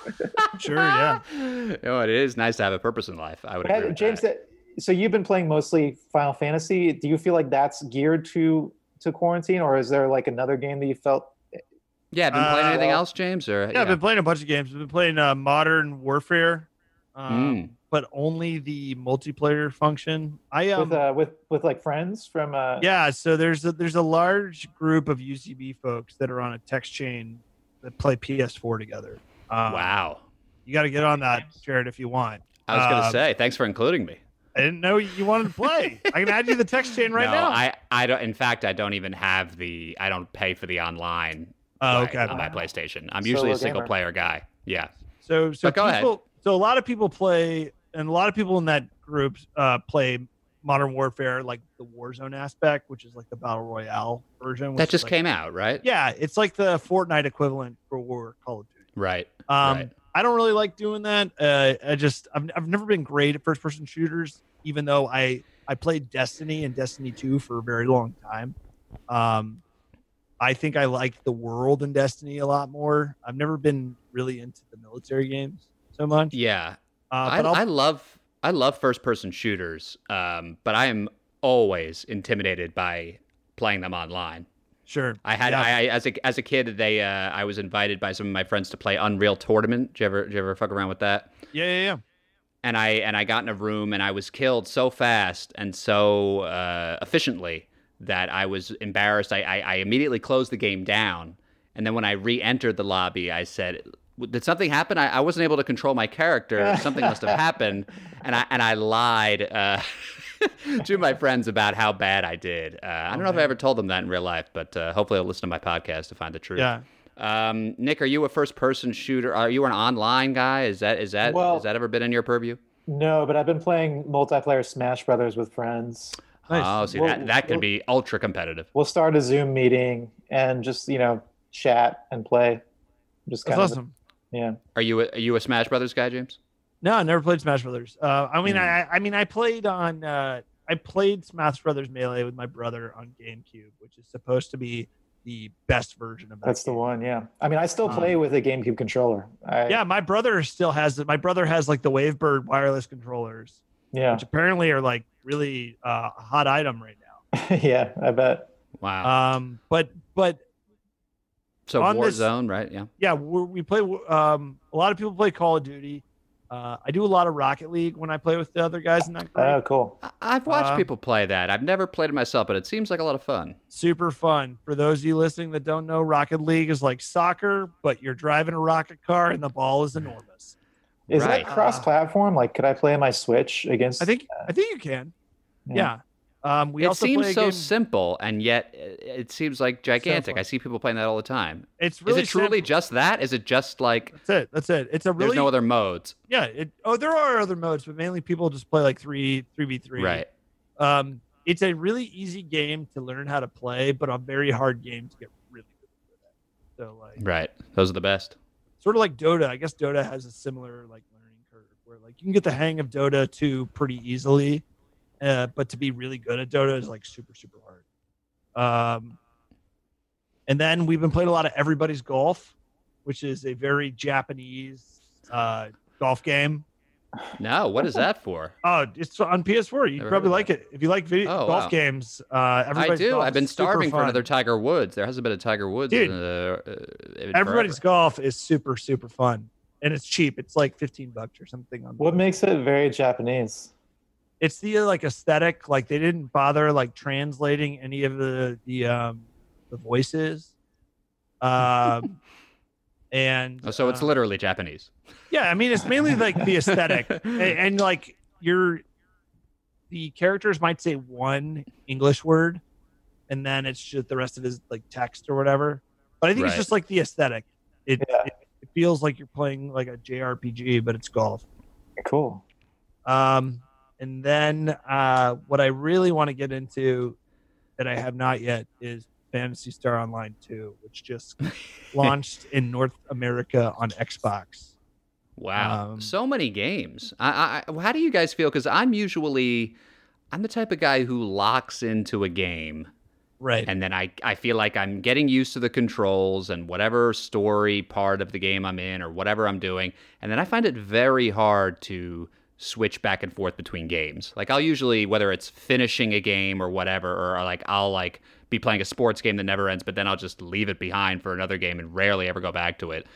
Sure, yeah.
no, Oh, it is nice to have a purpose in life. I would agree.
Hey,
with
james
that.
that- so you've been playing mostly final fantasy do you feel like that's geared to to quarantine or is there like another game that you felt
yeah, have you been playing
uh,
anything
well-
else, James? Or
Yeah, I've been playing a bunch of games. I've been playing uh, Modern Warfare, um,
Mm.
but only the multiplayer function. I um,
with uh with with like friends from uh
yeah. So there's a, there's a large group of UCB folks that are on a text chain that play PS4 together. Um,
wow.
You got to get on that, Jared, if you want.
I was gonna
uh,
say, thanks for including me.
I didn't know you wanted to play. I can add you to the text chain right
no,
now.
I, I don't. In fact, I don't even have the. I don't pay for the online
oh,
play
okay.
on my PlayStation. I'm
Solo
usually a
gamer.
single player guy. Yeah.
So so
But go ahead.
people, so a lot of people play and a lot of people in that group uh, play Modern Warfare like the Warzone aspect, which is like the battle royale version. which
That
is
just
like-
came out, right?
Yeah, it's like the Fortnite equivalent for War Call of Duty.
Right.
Um,
Right.
I don't really like doing that. Uh, I just I've, I've never been great at first person shooters, even though I I played Destiny and Destiny Two for a very long time. Um, I think I like the world in Destiny a lot more. I've never been really into the military games so much.
Yeah.
Uh,
I,
but I'll,
I love I love first person shooters, um, but I am always intimidated by playing them online.
sure.
I had
Yeah.
I, I as a as a kid they uh, I was invited by some of my friends to play Unreal Tournament. Did you ever did you ever fuck around with that?
Yeah, yeah, yeah.
and I and I got in a room and I was killed so fast and so uh, efficiently that I was embarrassed. I, I, I immediately closed the game down, and then when I re-entered the lobby, I said, "Did something happen? I, I wasn't able to control my character. Something must have happened." And I and I lied uh, to my friends about how bad I did. Uh, I don't
Oh,
know if I
man.
ever told them that in real life, but uh, hopefully they'll listen to my podcast to find the truth.
Yeah.
Um, Nick, are you a first-person shooter? Are you an online guy? Is that is that
Well-
has that ever been in your purview?
no but i've been playing multiplayer smash brothers with friends
Nice.
Oh, see
Well,
that that could
well-
be ultra competitive.
we'll start a zoom meeting and just you know chat and play just
That's
kind of
awesome.
yeah
Are you a, are you a Smash Brothers guy, James?
No, I never played Smash Brothers. Uh, I
Hmm.
mean,
Mm.
I, I mean, I played on, uh, I played Smash Brothers Melee with my brother on GameCube, which is supposed to be the best version of that.
That's the
game.
one, yeah. I mean, I still
Um,
play with a GameCube controller. I,
Yeah, my brother still has it. My brother has like the Wavebird wireless controllers,
yeah,
which apparently are like really uh, a hot item right now.
yeah. I bet.
Wow.
Um, but but
so
on this-
Warzone, right? Yeah.
yeah, we we play. Um, a lot of people play Call of Duty. Uh, I do a lot of Rocket League when I play with the other guys in that group.
Oh, cool.
I- I've watched
Um,
people play that. I've never played it myself, but it seems like a lot of fun.
super fun. For those of you listening that don't know, Rocket League is like soccer, but you're driving a rocket car and the ball is enormous.
Is
right.
that cross-platform? Like, could I play my Switch against?
I think I think you can. Yeah. Um, we
it
also
seems
play a
so
game.
simple, and yet it it seems like gigantic.
fun.
I see people playing that all the time.
it's really
Is it truly
simple.
just that? Is it just like
That's it. That's it. It's a really
there's no other modes?
yeah. It, oh, there are other modes, but mainly people just play like three three v three.
Right.
Um, it's a really easy game to learn how to play, but a very hard game to get really good at. So like.
Right. Those are the best.
sort of like Dota. I guess Dota has a similar like learning curve where like you can get the hang of Dota 2 pretty easily, uh, but to be really good at Dota is like super super hard. Um, and then we've been playing a lot of Everybody's Golf, which is a very Japanese uh, golf game.
No. What is that for?
Oh, it's on PS4. You
Never
would
heard
probably
of
like it if you like video
Oh,
golf
wow.
games. Uh,
I
Everybody's
do.
Golf
I've been
is super
starving for
fun.
another Tiger Woods. There hasn't been a Tiger Woods.
Dude,
in, uh, uh, in
Everybody's
forever.
Golf is super super fun. And it's cheap. It's like fifteen bucks or something on
What makes it very Japanese?
it's the like aesthetic like they didn't bother like translating any of the the um the voices um and
Oh, so it's
uh,
literally Japanese.
yeah i mean it's mainly like the aesthetic A- and, like your the characters might say one english word and then it's just the rest of it is like text or whatever but i think
Right.
it's just like the aesthetic it,
Yeah.
it it feels like you're playing like a jrpg but it's golf
Cool.
Um, and then uh, what I really want to get into that I have not yet is Fantasy Star Online 2, which just launched in North America on Xbox.
Wow,
Um,
so many games. I, I, I- how do you guys feel? Because I'm usually, I'm the type of guy who locks into a game,
Right.
and then I, I feel like I'm getting used to the controls and whatever story part of the game I'm in or whatever I'm doing, and then I find it very hard to switch back and forth between games. Like I'll usually, whether it's finishing a game or whatever, or, or like I'll like be playing a sports game that never ends, but then I'll just leave it behind for another game and rarely ever go back to it.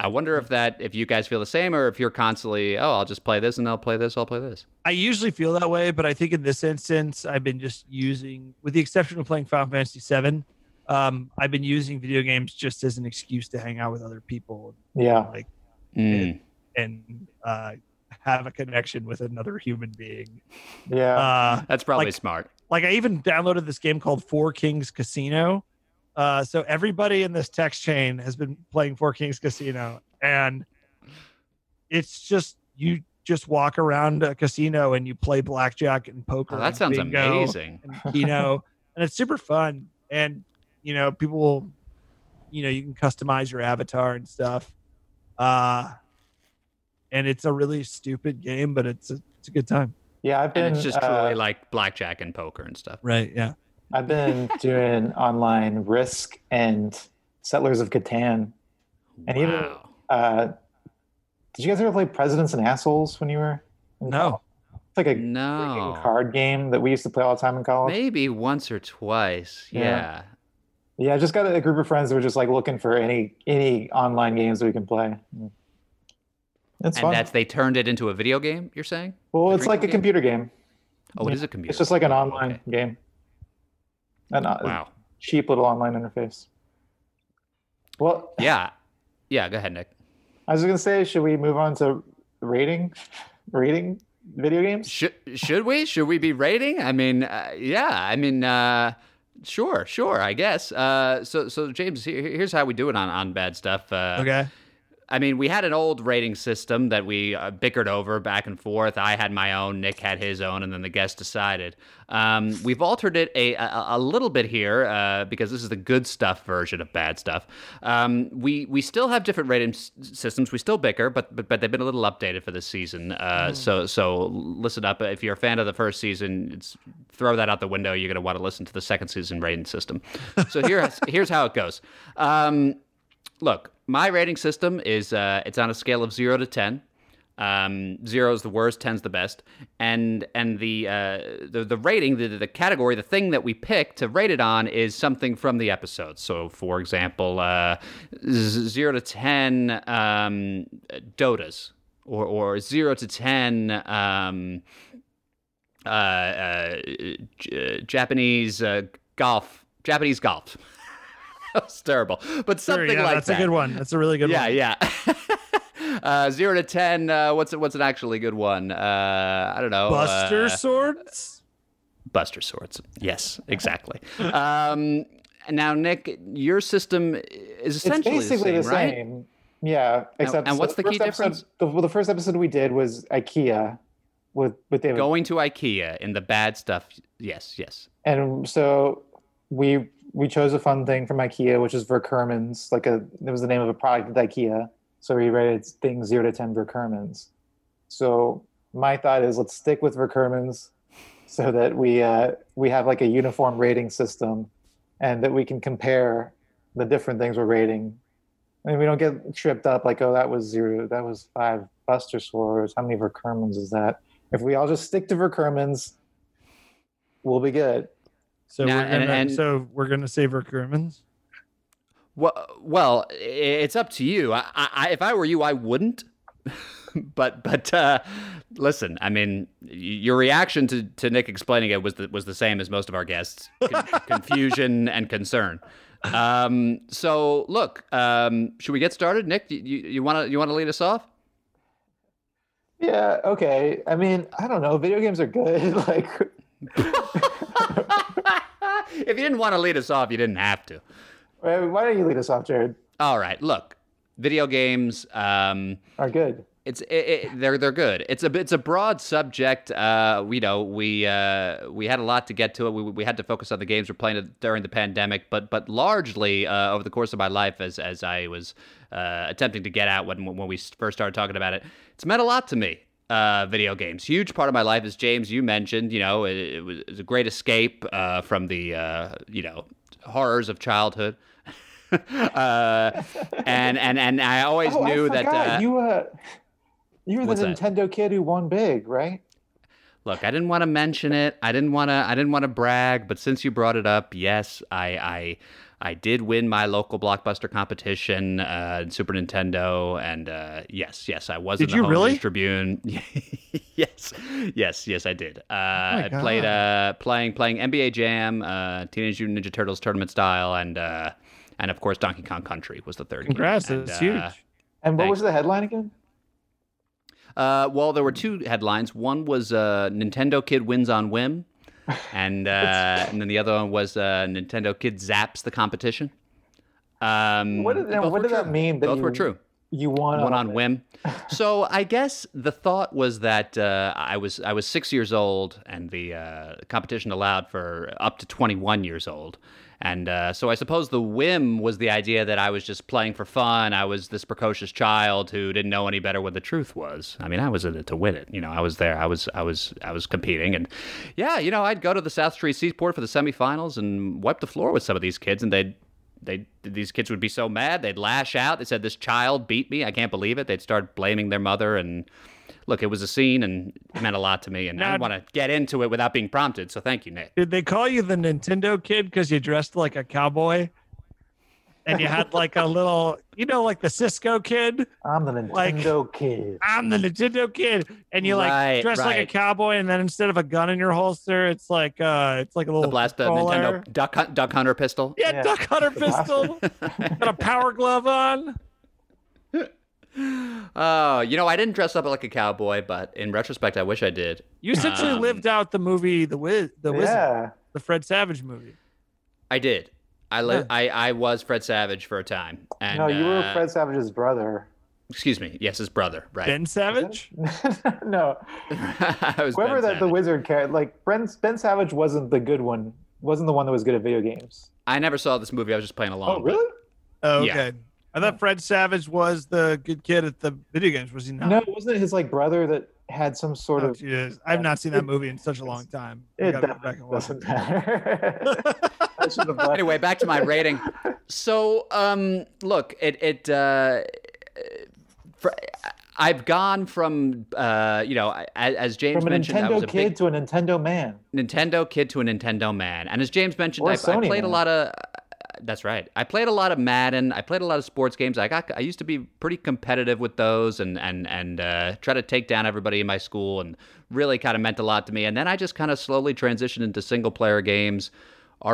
I wonder if that if you guys feel the same or if you're constantly, oh, I'll just play this and I'll play this, I'll play this.
I usually feel that way, but I think in this instance, I've been just using, with the exception of playing Final Fantasy VII, um, I've been using video games just as an excuse to hang out with other people,
Yeah.
like
Mm.
and uh, have a connection with another human being.
Yeah.
Uh,
That's probably
like-
smart.
like I even downloaded this game called Four Kings Casino. Uh, so everybody in this text chain has been playing Four Kings Casino, and it's just you just walk around a casino and you play blackjack and poker.
Oh, that
and
sounds
bingo
amazing.
and Keno, and it's super fun. And you know, people will, you know, you can customize your avatar and stuff. Uh, and it's a really stupid game, but it's a, it's a good time.
yeah. I've been.
And it's just
uh,
truly like blackjack and poker and stuff.
Right? Yeah.
I've been doing online Risk and Settlers of Catan. And even-
wow.
Uh, did you guys ever play Presidents and Assholes when you were? in college?
No.
It's like a
no.
freaking card game that we used to play all the time in college.
Maybe once or twice.
Yeah.
Yeah.
Yeah, I just got a group of friends that were just like looking for any any online games that we can play. Mm.
and
It's fun.
that's they turned it into a video game, you're saying?
well,
the
it's like a
drinking game?
computer game.
Oh, it
Yeah.
is a computer.
It's just like an
game.
online
Okay.
game. An uh,
Wow.
cheap little online interface. Well,
Yeah. Yeah, go ahead, Nick.
I was gonna say, should we move on to rating, rating video games?
Should should we? Should we be rating? I mean, uh, yeah. I mean, uh, sure, sure. I guess. Uh, so so James, here, here's how we do it on on bad stuff. Uh,
Okay.
I mean, we had an old rating system that we uh, bickered over back and forth. I had my own, Nick had his own, and then the guest decided. Um, we've altered it a, a, a little bit here uh, because this is the good stuff version of bad stuff. Um, we we still have different rating s- systems. We still bicker, but but, but they've been a little updated for this season. Uh, So so listen up. If you're a fan of the first season, it's, throw that out the window. You're going to want to listen to the second season rating system. So here here's how it goes. Um, look, my rating system is uh, it's on a scale of zero to ten. Um, zero is the worst, ten's the best, and and the uh, the the rating, the the category, the thing that we pick to rate it on is something from the episode. So, for example, uh, z- zero to ten um, Dotas, or or zero to ten. Um, uh, uh, J- Japanese uh, golf, Japanese golf. that was terrible, but
Sure,
something
yeah,
like
that's
that.
a good one. That's a really good
yeah,
one.
yeah. uh, zero to ten. Uh, what's what's an actually good one? Uh, I don't know.
Buster
uh,
swords.
Buster Swords. Yes, exactly. um, now, Nick, your system is
It's
essentially
basically
the same, right?
same. Yeah, except
and what's the
first
key
episode-
difference?
The, well, the first episode we did was IKEA with with David
Going to IKEA in the bad stuff. Yes, yes.
and so we we chose a fun thing from IKEA, which is Verkermans. Like a it was the name of a product at IKEA. So we rated things zero to ten Verkermans. So my thought is let's stick with Verkermans, so that we uh, we have like a uniform rating system, and that we can compare the different things we're rating, and we don't get tripped up like oh that was zero, that was five Buster Swords. How many Verkermans is that? If we all just stick to Verkermans, we'll be good.
So
Nah,
we're
and-
gonna,
and-
so we're gonna save our Kermans.
Well, well, i- it's up to you. I, I, I- if I were you, I wouldn't. but, but uh, listen. I mean, y- your reaction to, to Nick explaining it was the, was the same as most of our guests: Con- confusion and concern. Um, so, look, um, should we get started, Nick? You you want to you want to lead us off?
Yeah, okay. I mean, I don't know. Video games are good. Like,
if you didn't want to lead us off, you didn't have to.
why why don't you lead us off, Jared?
All right. Look, video games. Um,
Are good.
It's it, it, they're they're good. It's a it's a broad subject. Uh, we know we uh, we had a lot to get to. It. We, we had to focus on the games we're playing during the pandemic, but but largely uh, over the course of my life, as as I was uh, attempting to get out when when we first started talking about it, it's meant a lot to me. Uh, video games, huge part of my life, as James you mentioned. You know, it, it, was, it was a great escape uh, from the uh, you know horrors of childhood. uh, and and and I always
oh,
knew
I
that.
forgot.
Uh,
you uh, you were
what's
the
that?
Nintendo kid who won big, right?
Look, I didn't want to mention it. I didn't want to. I didn't want to brag. But since you brought it up, yes, I I, I did win my local blockbuster competition uh, in Super Nintendo, and uh, yes, yes, I was in
Did
the
you
Home
really?
News Tribune. yes, yes, yes, I did. Uh, I played
Oh God.
uh, playing playing NBA Jam, uh, Teenage Mutant Ninja Turtles tournament style, and uh, and of course Donkey Kong Country was the third. game.
Congrats,
And,
that's
uh,
huge.
And what
Thanks.
was the headline again?
Uh, well, there were two headlines. One was uh, Nintendo Kid wins on whim, and uh, and then the other one was uh, Nintendo Kid zaps the competition. Um,
What did that-
both
what
were
did that
true.
mean that
both were
you-
true
You won.
one on
it.
whim. So I guess the thought was that uh, I was I was six years old, and the uh, competition allowed for up to twenty one years old. And uh, so I suppose the whim was the idea that I was just playing for fun. I was this precocious child who didn't know any better what the truth was. I mean, I was in it to win it. You know, I was there. I was I was I was competing, and yeah, you know, I'd go to the South Street Seaport for the semifinals and wipe the floor with some of these kids, and they'd they these kids would be so mad they'd lash out they said this child beat me i can't believe it they'd start blaming their mother and look it was a scene and it meant a lot to me and i
Now-
didn't want to get into it without being prompted so thank you nick
Did they call you the Nintendo kid because you dressed like a cowboy? And you had like a little, you know, like the Cisco kid.
I'm the
Like-
Nintendo kid.
I'm the Nintendo kid, and you like
Right,
dress like a
right.
cowboy, and then instead of a gun in your holster, it's like uh, it's like a little
the blast uh,
controller.
nintendo duck, hunt, duck hunter pistol
Yeah,
Oh, Yeah.
duck hunter pistol. Got a power glove on.
oh you know i didn't dress up like a cowboy but in retrospect i wish i did
You essentially
Um,
lived out the movie, the Wiz, the Wizard,
yeah.
the Fred Savage movie.
i did i li-
Yeah.
I, I was fred savage for a time and
no, you were
uh,
Fred Savage's brother.
excuse me yes his brother right
Ben Savage.
no,
i was Ben
whoever that the
Savage.
wizard character, like Ben, ben Savage wasn't the good one. Wasn't the one that was good at video games.
i never saw this movie i was just playing along
Oh,
but-
really?
Oh,
Yeah.
okay. I thought Fred Savage was the good kid at the video games. Was he not?
No, wasn't it his like brother that had some sort
Oh,
of?
Jesus. I've not seen that movie in such a long time. I
It
gotta go back and watch
doesn't matter. I should have left.
anyway, back to my rating. So, um, look, it it uh, fr- I've gone from uh, you know, as, as James
From a
mentioned, I was a
Nintendo kid
big
to a Nintendo man.
Nintendo kid to a Nintendo man. And as James mentioned,
Or
I,
a
I
Sony
played a
man.
lot of. That's right. I played a lot of Madden. I played a lot of sports games. I got. I used to be pretty competitive with those, and and and uh, try to take down everybody in my school, and really kind of meant a lot to me. And then I just kind of slowly transitioned into single player games,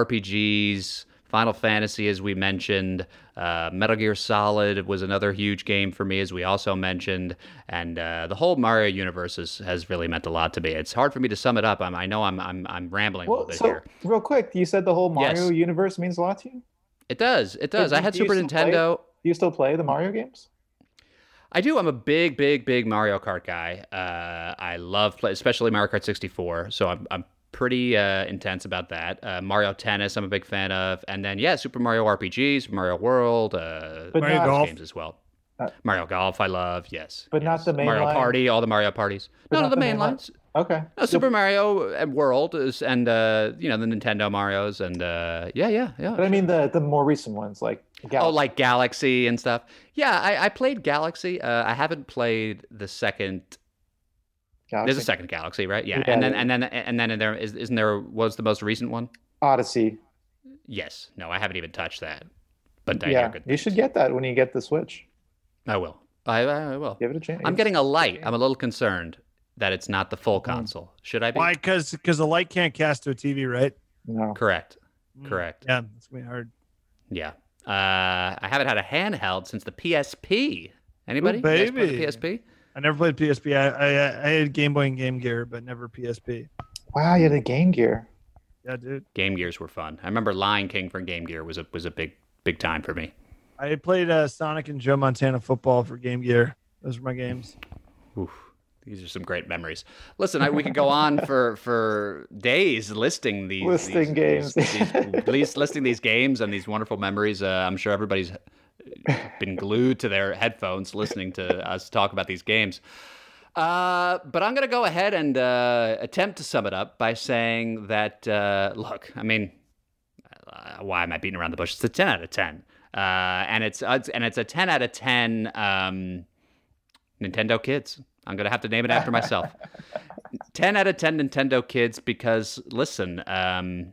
RPGs, Final Fantasy, as we mentioned. Uh, Metal Gear Solid was another huge game for me, as we also mentioned. And uh, the whole Mario universe has, has really meant a lot to me. It's hard for me to sum it up. I'm, I know I'm I'm I'm rambling a
Well,
little bit
so
here.
real quick, you said the whole Mario
Yes.
universe means a lot to you.
It does. It does.
do-
I had
do you
Super
still play it?
Nintendo.
Do you still play the Mario games?
I do. I'm a big, big, big Mario Kart guy. Uh, I love, play, especially Mario Kart 64. So I'm, I'm pretty uh, intense about that. Uh, Mario Tennis, I'm a big fan of, and then yeah, Super Mario RPG, Super Mario World, uh,
But
Mario
not,
Golf.
games as well.
Uh,
Mario Golf, I love. Yes,
but not the main
Mario
line.
Party, all the Mario parties.
But
None
not
of the
the
main
main line.
lines.
Okay.
No, Super Mario uh, World is, and uh, you know the Nintendo Mario's and uh, yeah, yeah, yeah.
But I mean the the more recent ones like
Oh,
Galaxy.
like Galaxy and stuff. Yeah, I, I played Galaxy. Uh, I haven't played the second. There's
Galaxy.
a second Galaxy, right? Yeah,
Yeah,
and then
yeah.
and then and then there is isn't there was the most recent one?
Odyssey.
Yes. No, I haven't even touched that. But I hear
yeah,
good
you should
things.
get that when you get the Switch.
I will. I, I I will.
Give it a chance.
I'm getting a light. I'm a little concerned that it's not the
Mm.
full console. Should I be
Why? Because because the light can't cast to a TV, right?
no.
correct?
Mm.
Correct.
Yeah, that's way hard.
Yeah. Uh, I haven't had a handheld since the PSP. Anybody? You guys play the
baby.
PSP.
I never played PSP. I, I I had Game Boy and Game Gear, but never PSP.
Wow, you had a Game Gear.
Yeah, dude.
Game Gears were fun. I remember Lion King for Game Gear was a was a big big time for me.
I played uh, Sonic and Joe Montana football for Game Gear. Those were my games.
Oof. These are some great memories. Listen, I, we could go on for for days listing these
Listing
these-
games.
these- these- lis- listing these games and these wonderful memories. Uh, I'm sure everybody's been glued to their headphones listening to us talk about these games. Uh, but I'm going to go ahead and uh, attempt to sum it up by saying that uh, look, I mean, uh, why am I beating around the bush? It's a 10 out of 10, uh, and it's uh, and it's a 10 out of 10 um, Nintendo Kids. I'm going to have to name it after myself. 10 out of 10 Nintendo Kids because listen, um,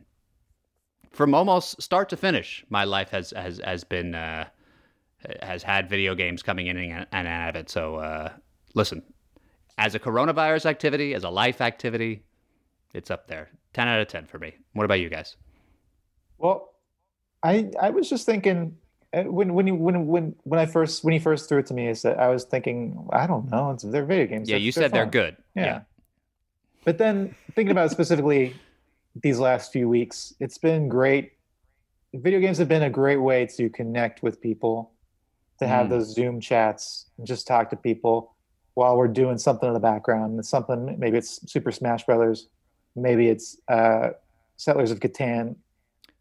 from almost start to finish, my life has has has been uh, has had video games coming in and and out of it. So uh, listen, as a coronavirus activity, as a life activity, it's up there. 10 out of 10 for me. What about you guys?
Well, I I was just thinking uh, when when you, when when when I first when he first threw it to me is that I was thinking I don't know it's, they're video games.
yeah,
They're-
you said they're
fun.
good.
Yeah. But then thinking about specifically these last few weeks, it's been great. Video games have been a great way to connect with people, to have
Mm.
those Zoom chats and just talk to people while we're doing something in the background. It's something maybe it's Super Smash Brothers, maybe it's uh, Settlers of Catan,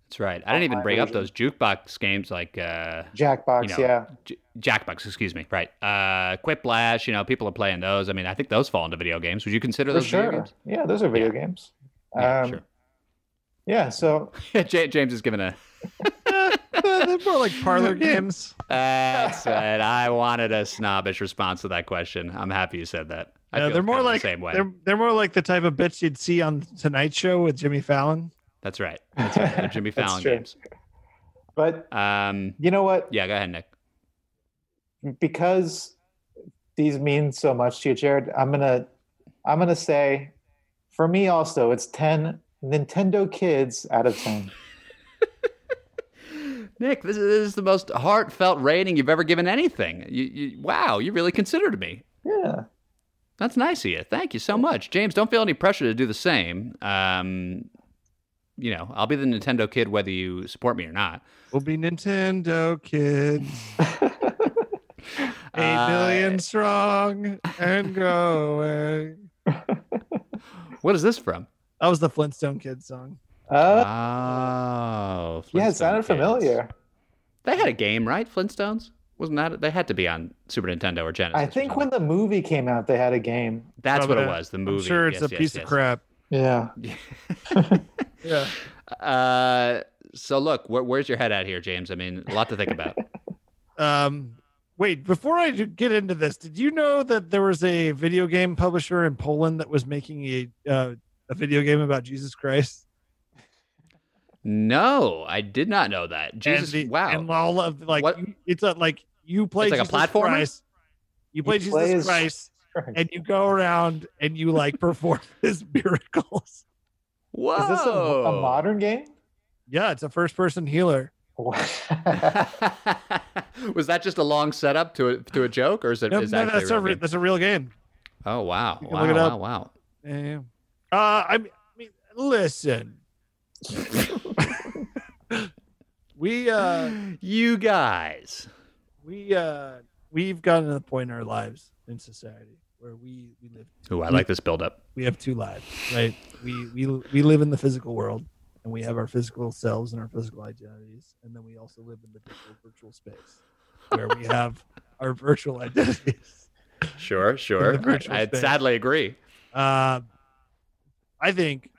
That's right. I didn't even
Online
bring up
version.
those jukebox games like uh,
Jackbox.
You know,
yeah,
J- Jackbox, excuse me. Right. Uh, Quiplash, you know, people are playing those. I mean, I think those fall into video games. Would you consider
for
those
sure.
video games?
Yeah, those are video games.
Yeah,
um, yeah, so
sure. Ja- James is giving a.
They're more like parlor games.
That's right. I wanted a snobbish response to that question. I'm happy you said that. I
No,
feel
they're more
kinda the
like
same way.
they're they're more like the type of bitch you'd see on Tonight Show with Jimmy Fallon.
That's right. That's right. They're Jimmy
That's
Fallon
true.
games.
but
Um,
you know what?
yeah, go ahead, Nick.
because these mean so much to you, Jared, I'm gonna I'm gonna say for me also it's ten Nintendo kids out of ten.
Nick, this is, this is the most heartfelt rating you've ever given anything. You, you, wow, you really considered me.
yeah.
That's nice of you. Thank you so much, James. Don't feel any pressure to do the same. Um, you know, I'll be the Nintendo kid whether you support me or not.
We'll be Nintendo kids, eight million
Uh,
strong and growing.
What is this from?
That was the Flintstone Kids song.
Uh,
oh,
yeah, it
Flintstone
sounded
Kids.
familiar.
They had a game, right? Flintstones wasn't that? They had to be on Super Nintendo or Genesis.
I
or
think
something.
when the movie came out, they had a game.
that's what it
Probably.
was. The movie.
I'm sure it's
Yes,
a
yes,
piece of
yes.
crap.
Yeah.
Yeah.
Uh, so look, where, where's your head at here, James? I mean, a lot to think about.
Um, wait, before I do- get into this, did you know that there was a video game publisher in Poland that was making a uh, a video game about Jesus Christ?
no, I did not know that. Jesus,
and the-
wow.
and all of like
What-
you- it's a, like you play
It's like a
Jesus
platformer?
Christ, you play Jesus
play as-
Christ, and you go around and you like perform his miracles.
Whoa.
Is this a, a modern game? Um,
Yeah, it's a first-person healer.
Was that just a long setup to a, to a joke, or is it?
No,
is
no,
actually
that's
a
a
real
re-
game?
that's a real game.
Oh wow!
You can
Wow!
look it
Wow!
up.
Wow!
Yeah, yeah. Uh, I mean, I mean, listen. we uh
you guys.
we uh we've gotten to the point in our lives in society where we we live
Ooh, I like this buildup.
we have two lives, right? We we we live in the physical world and we have our physical selves and our physical identities, and then we also live in the digital virtual space where we have our virtual identities.
Sure, sure.
In the virtual
I, I
space.
sadly agree.
Uh, I think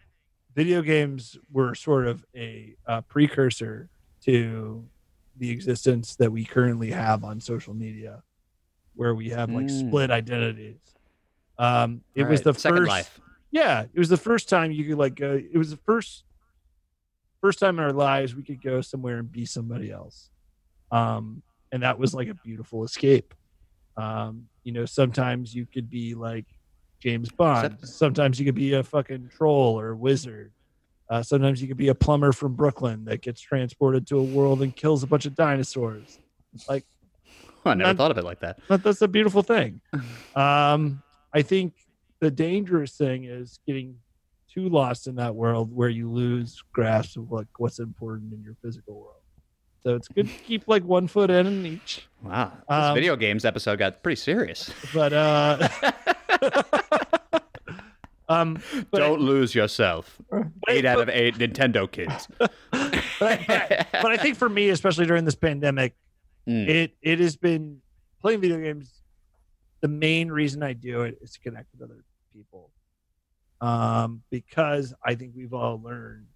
video games were sort of a, uh precursor to the existence that we currently have on social media, where we have like
Mm.
split identities. Um, it
All
was
right,
the
Second
first.
Life.
Yeah, it was the first time you could like go. It was the first first time in our lives we could go somewhere and be somebody else, um, and that was like a beautiful escape. Um, you know, sometimes you could be like James Bond.
Except-
sometimes you could be a fucking troll or wizard. Uh, sometimes you could be a plumber from Brooklyn that gets transported to a world and kills a bunch of dinosaurs.
Oh, I never
Not-
thought of it like that.
But that's a beautiful thing. Um, I think the dangerous thing is getting too lost in that world where you lose grasp of like what's important in your physical world. So it's good to keep like one foot in and each.
Wow, this
Um,
video games episode got pretty serious.
But uh um but I-
Don't lose yourself. eight out of eight Nintendo kids.
but I, but, but I think for me, especially during this pandemic,
Mm.
it it has been playing video games. The main reason I do it is to connect with other people, um, because I think we've all learned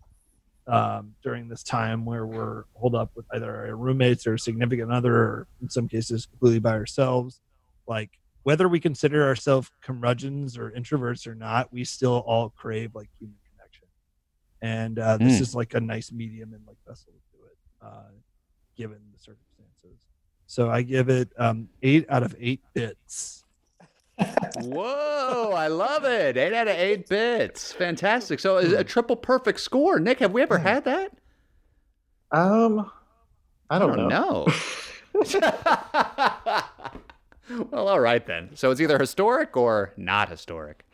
um, during this time where we're holed up with either our roommates or significant other, or in some cases completely by ourselves. Like whether we consider ourselves curmudgeons or introverts or not, we still all crave like human connection, and uh, this
Mm.
is like a nice medium and like vessel to do it, uh, given the circumstances. So I give it um, eight out of eight bits.
Whoa, I love it. Eight out of eight bits. Fantastic. So
Hmm.
is it a triple perfect score. Nick, have we ever had that?
Um, I don't, know.
know. well, all right then. So it's either historic or not historic.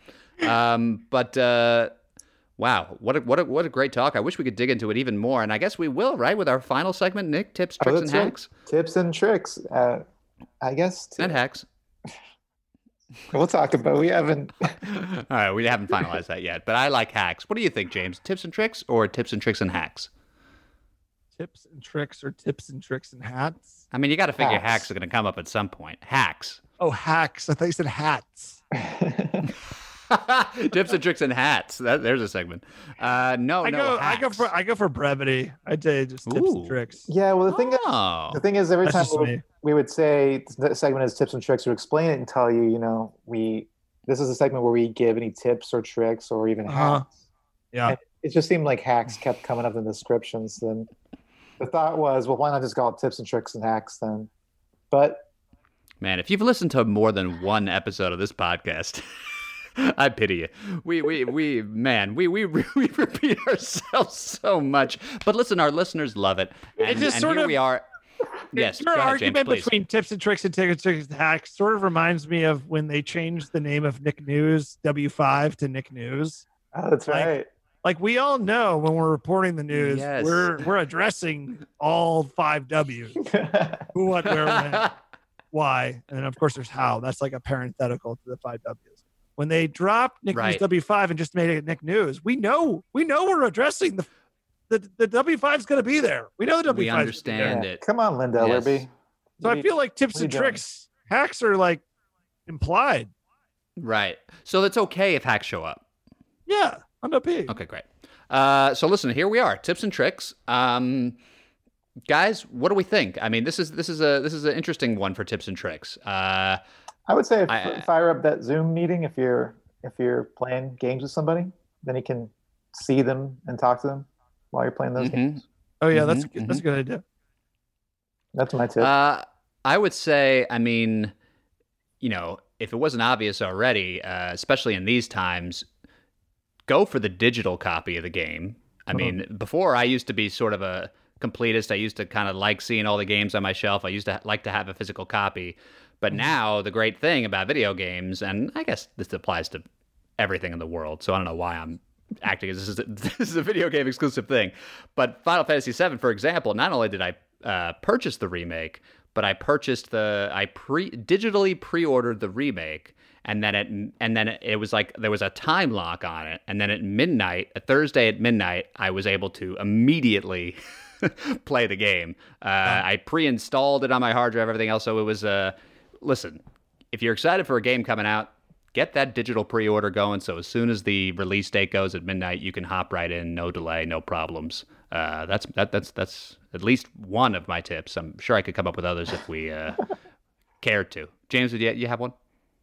Um, but uh, wow, what a, what a, what a great talk. I wish we could dig into it even more, and I guess we will, right? With our final segment, Nick tips,
Oh,
tricks, and
that's right.
hacks,
Tips and tricks. Uh, I guess t-
and hacks.
we'll talk about. We haven't.
All right, we haven't finalized that yet, but I like hacks. What do you think, James? Tips and tricks or tips and tricks and hacks?
Tips and tricks, or tips and tricks and hats.
I mean, you got to figure hacks,
Hacks.
are going to come up at some point. Hacks.
Oh, hacks! I thought you said hats.
tips and tricks and hats. That, there's a segment. Uh, no,
I
no.
go, I go
hacks.
for, I go for brevity. I did just tips
Ooh.
and tricks.
yeah. Well, the thing.
oh.
The thing is, every
That's
time
just
we-
me.
we would say the segment is tips and tricks to explain it and tell you, you know, we this is a segment where we give any tips or tricks or even
Uh-huh.
hacks.
Yeah.
It just seemed like hacks kept coming up in the descriptions. Then the thought was, well, why not just call it tips and tricks and hacks then? But
Man, if you've listened to more than one episode of this podcast, I pity you. We, we, we, man, we, we, we repeat ourselves so much. But listen, our listeners love it. And,
It just
and
sort
here
of-
we are. Yes,
your
go ahead, James,
argument
please.
between tips and tricks and tips and tricks and hacks sort of reminds me of when they changed the name of Nick News W5 to Nick News.
oh, that's
Like-
right.
Like we all know when we're reporting the news,
Yes.
we're we're addressing all five W's: who, what, where, when. why, and then of course there's how. That's like a parenthetical to the five W's. When they dropped Nick
Right.
News W five and just made it Nick News, we know we know we're addressing the the, the W five's going to be there. We know the W
we
five.
understand
Yeah.
it.
Come on, Linda
Yes.
Libby.
So I feel like tips
what are
and
you doing?
tricks hacks are like implied.
Right. So that's okay if hacks show up.
Yeah, on up here.
Okay, great. Uh, so listen, here we are, tips and tricks. Um, guys, what do we think? I mean, this is this is a this is an interesting one for tips and tricks. Uh,
I would say if,
I-
fire up that Zoom meeting if you're if you're playing games with somebody, then you can see them and talk to them while you're playing those
Mhm.
games.
Oh yeah, that's
Mhm,
that's a good idea.
That's my tip.
Uh, I would say, I mean, you know, if it wasn't obvious already, uh, especially in these times, go for the digital copy of the game. I mean, before I used to be sort of a completist. I used to kind of like seeing all the games on my shelf. I used to like to have a physical copy. But now the great thing about video games, and I guess this applies to everything in the world, so I don't know why I'm acting as this is a, this is a video game exclusive thing. But Final Fantasy VII, for example, not only did I uh, purchase the remake, but I purchased the I pre digitally pre ordered the remake, and then it and then it was like there was a time lock on it, and then at midnight, a Thursday at midnight, I was able to immediately. play the game. Uh, I pre-installed it on my hard drive, everything else. So it was uh, listen. If you're excited for a game coming out, get that digital pre-order going. So as soon as the release date goes at midnight, you can hop right in, no delay, no problems. Uh, that's that, that's that's at least one of my tips. I'm sure I could come up with others if we uh, cared to. James, did you, you have one?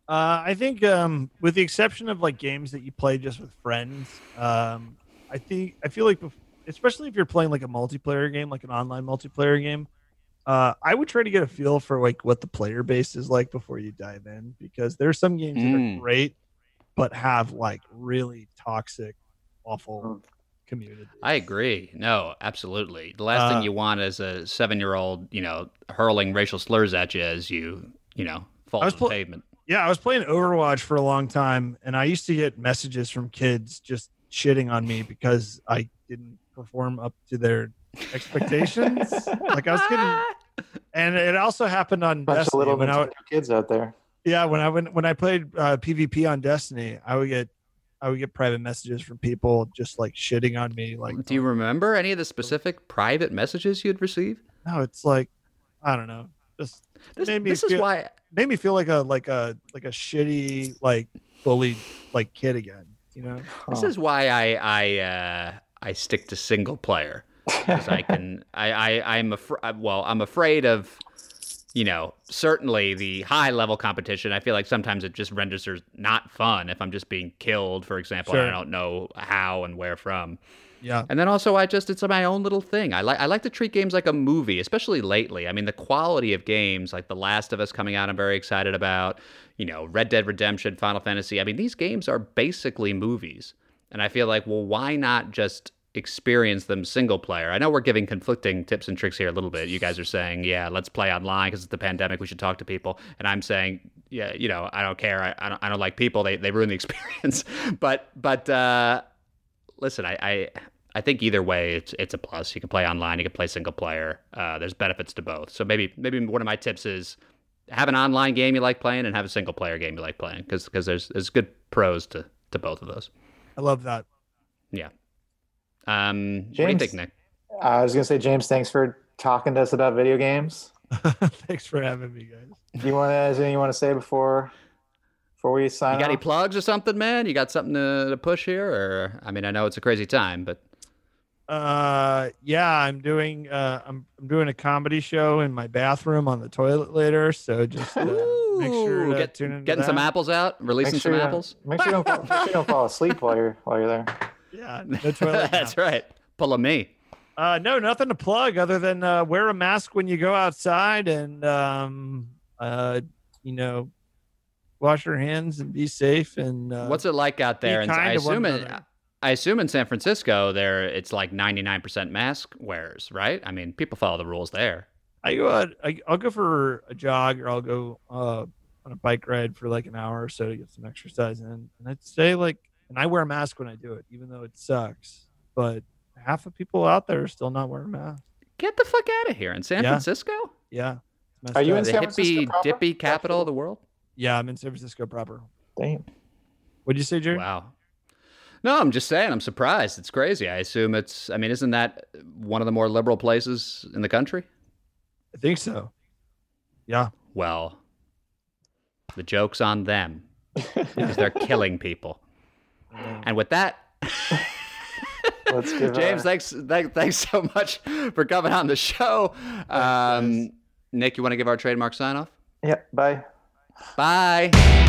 Uh, I think, um, with the exception of like games that you play just with friends, um, I think I feel like, bef- especially if you're playing like a multiplayer game, like an online multiplayer game, uh, I would try to get a feel for like what the player base is like before you dive in, because there's some games that
Mm.
are great, but have like really toxic, awful community.
I agree. No, absolutely. The last
Uh,
thing you want is a seven-year-old, you know, hurling racial slurs at you as you, you know, fall
I
to
was
the
pl-
pavement.
Yeah, I was playing Overwatch for a long time, and I used to get messages from kids just shitting on me because I didn't perform up to their expectations. like I was getting, and it also happened on
bunch of
Destiny
little
when I,
Nintendo kids out there.
yeah when I went when I played uh, PvP on Destiny, I would get I would get private messages from people just like shitting on me. Like, uh,
Do you remember any of the specific private messages you'd receive?
no, it's like I don't know. Just
This,
Made me
this is
feel-
why
made me feel like a like a like a shitty like bullied like kid again. You know,
this
Oh.
is why I I uh, I stick to single player.
Oh,
because I can. I, I I'm afraid. Well, I'm afraid of, you know, certainly the high level competition. I feel like sometimes it just renders it not fun if I'm just being killed, for example. and I
Sure.
don't know how and where from.
yeah,
And then also, I just it's my own little thing. I like I like to treat games like a movie, especially lately. I mean, the quality of games, like The Last of Us coming out, I'm very excited about. You know, Red Dead Redemption, Final Fantasy. I mean, these games are basically movies, and I feel like, well, why not just experience them single player? I know we're giving conflicting tips and tricks here a little bit. You guys are saying, yeah, let's play online because it's the pandemic. We should talk to people, and I'm saying. Yeah, you know, I don't care. I, I, don't, I don't like people. They, they ruin the experience. but but uh, listen, I, I I think either way, it's it's a plus. You can play online, you can play single player. Uh, there's benefits to both. So maybe maybe one of my tips is have an online game you like playing and have a single player game you like playing because there's there's good pros to to both of those.
I love that.
Um, what do you
James?
think, Nick?
Uh, I was gonna say, James, thanks for talking to us about video games.
Thanks for having me, guys.
Do you want to? Is there anything you want to say before before we sign?
You got any
uh,
off?
plugs or something, man? You got something to, to push here, or I mean, I know it's a crazy time, but
Uh, yeah, I'm doing uh, I'm I'm doing a comedy show in my bathroom on the toilet later. So just uh, make sure
Ooh,
to
get-
tune in.
getting some apples out,
Make
releasing
sure you
some
don't-
apples.
Make sure you don't fall, make sure you don't fall asleep while you're while you're there.
Yeah, no toilet.
That's right. Pull a me.
Uh, no, nothing to plug other than uh, wear a mask when you go outside and um, uh, you know, wash your hands and be safe. And uh,
What's it like out there? And I
kind to one
assume it,
another.
I assume in San Francisco there it's like 99% mask wearers, right? I mean, people follow the rules there.
I go out. I, I'll go for a jog, or I'll go uh, on a bike ride for like an hour or so to get some exercise in. And I'd say like, and I wear a mask when I do it, even though it sucks. But half of people out there are still not wearing masks.
Get the fuck out of here in San
Yeah.
Francisco,
Yeah. It's messed
Are you
up.
in
the
San Francisco
hippie
proper?
dippy capital of the world.
Yeah, I'm in San Francisco proper.
Damn.
What'd you say, Jerry?
Wow. No, I'm just saying. I'm surprised. It's crazy. I assume it's. I mean, isn't that one of the more liberal places in the country?
I think so.
Well, the joke's on them because they're killing people.
Yeah.
And with that,
Let's give
James,
uh,
thanks, th- thanks so much for coming on the show.
guys.
Um, Nick, you want to give our trademark sign off?
yeah. Bye.
Bye.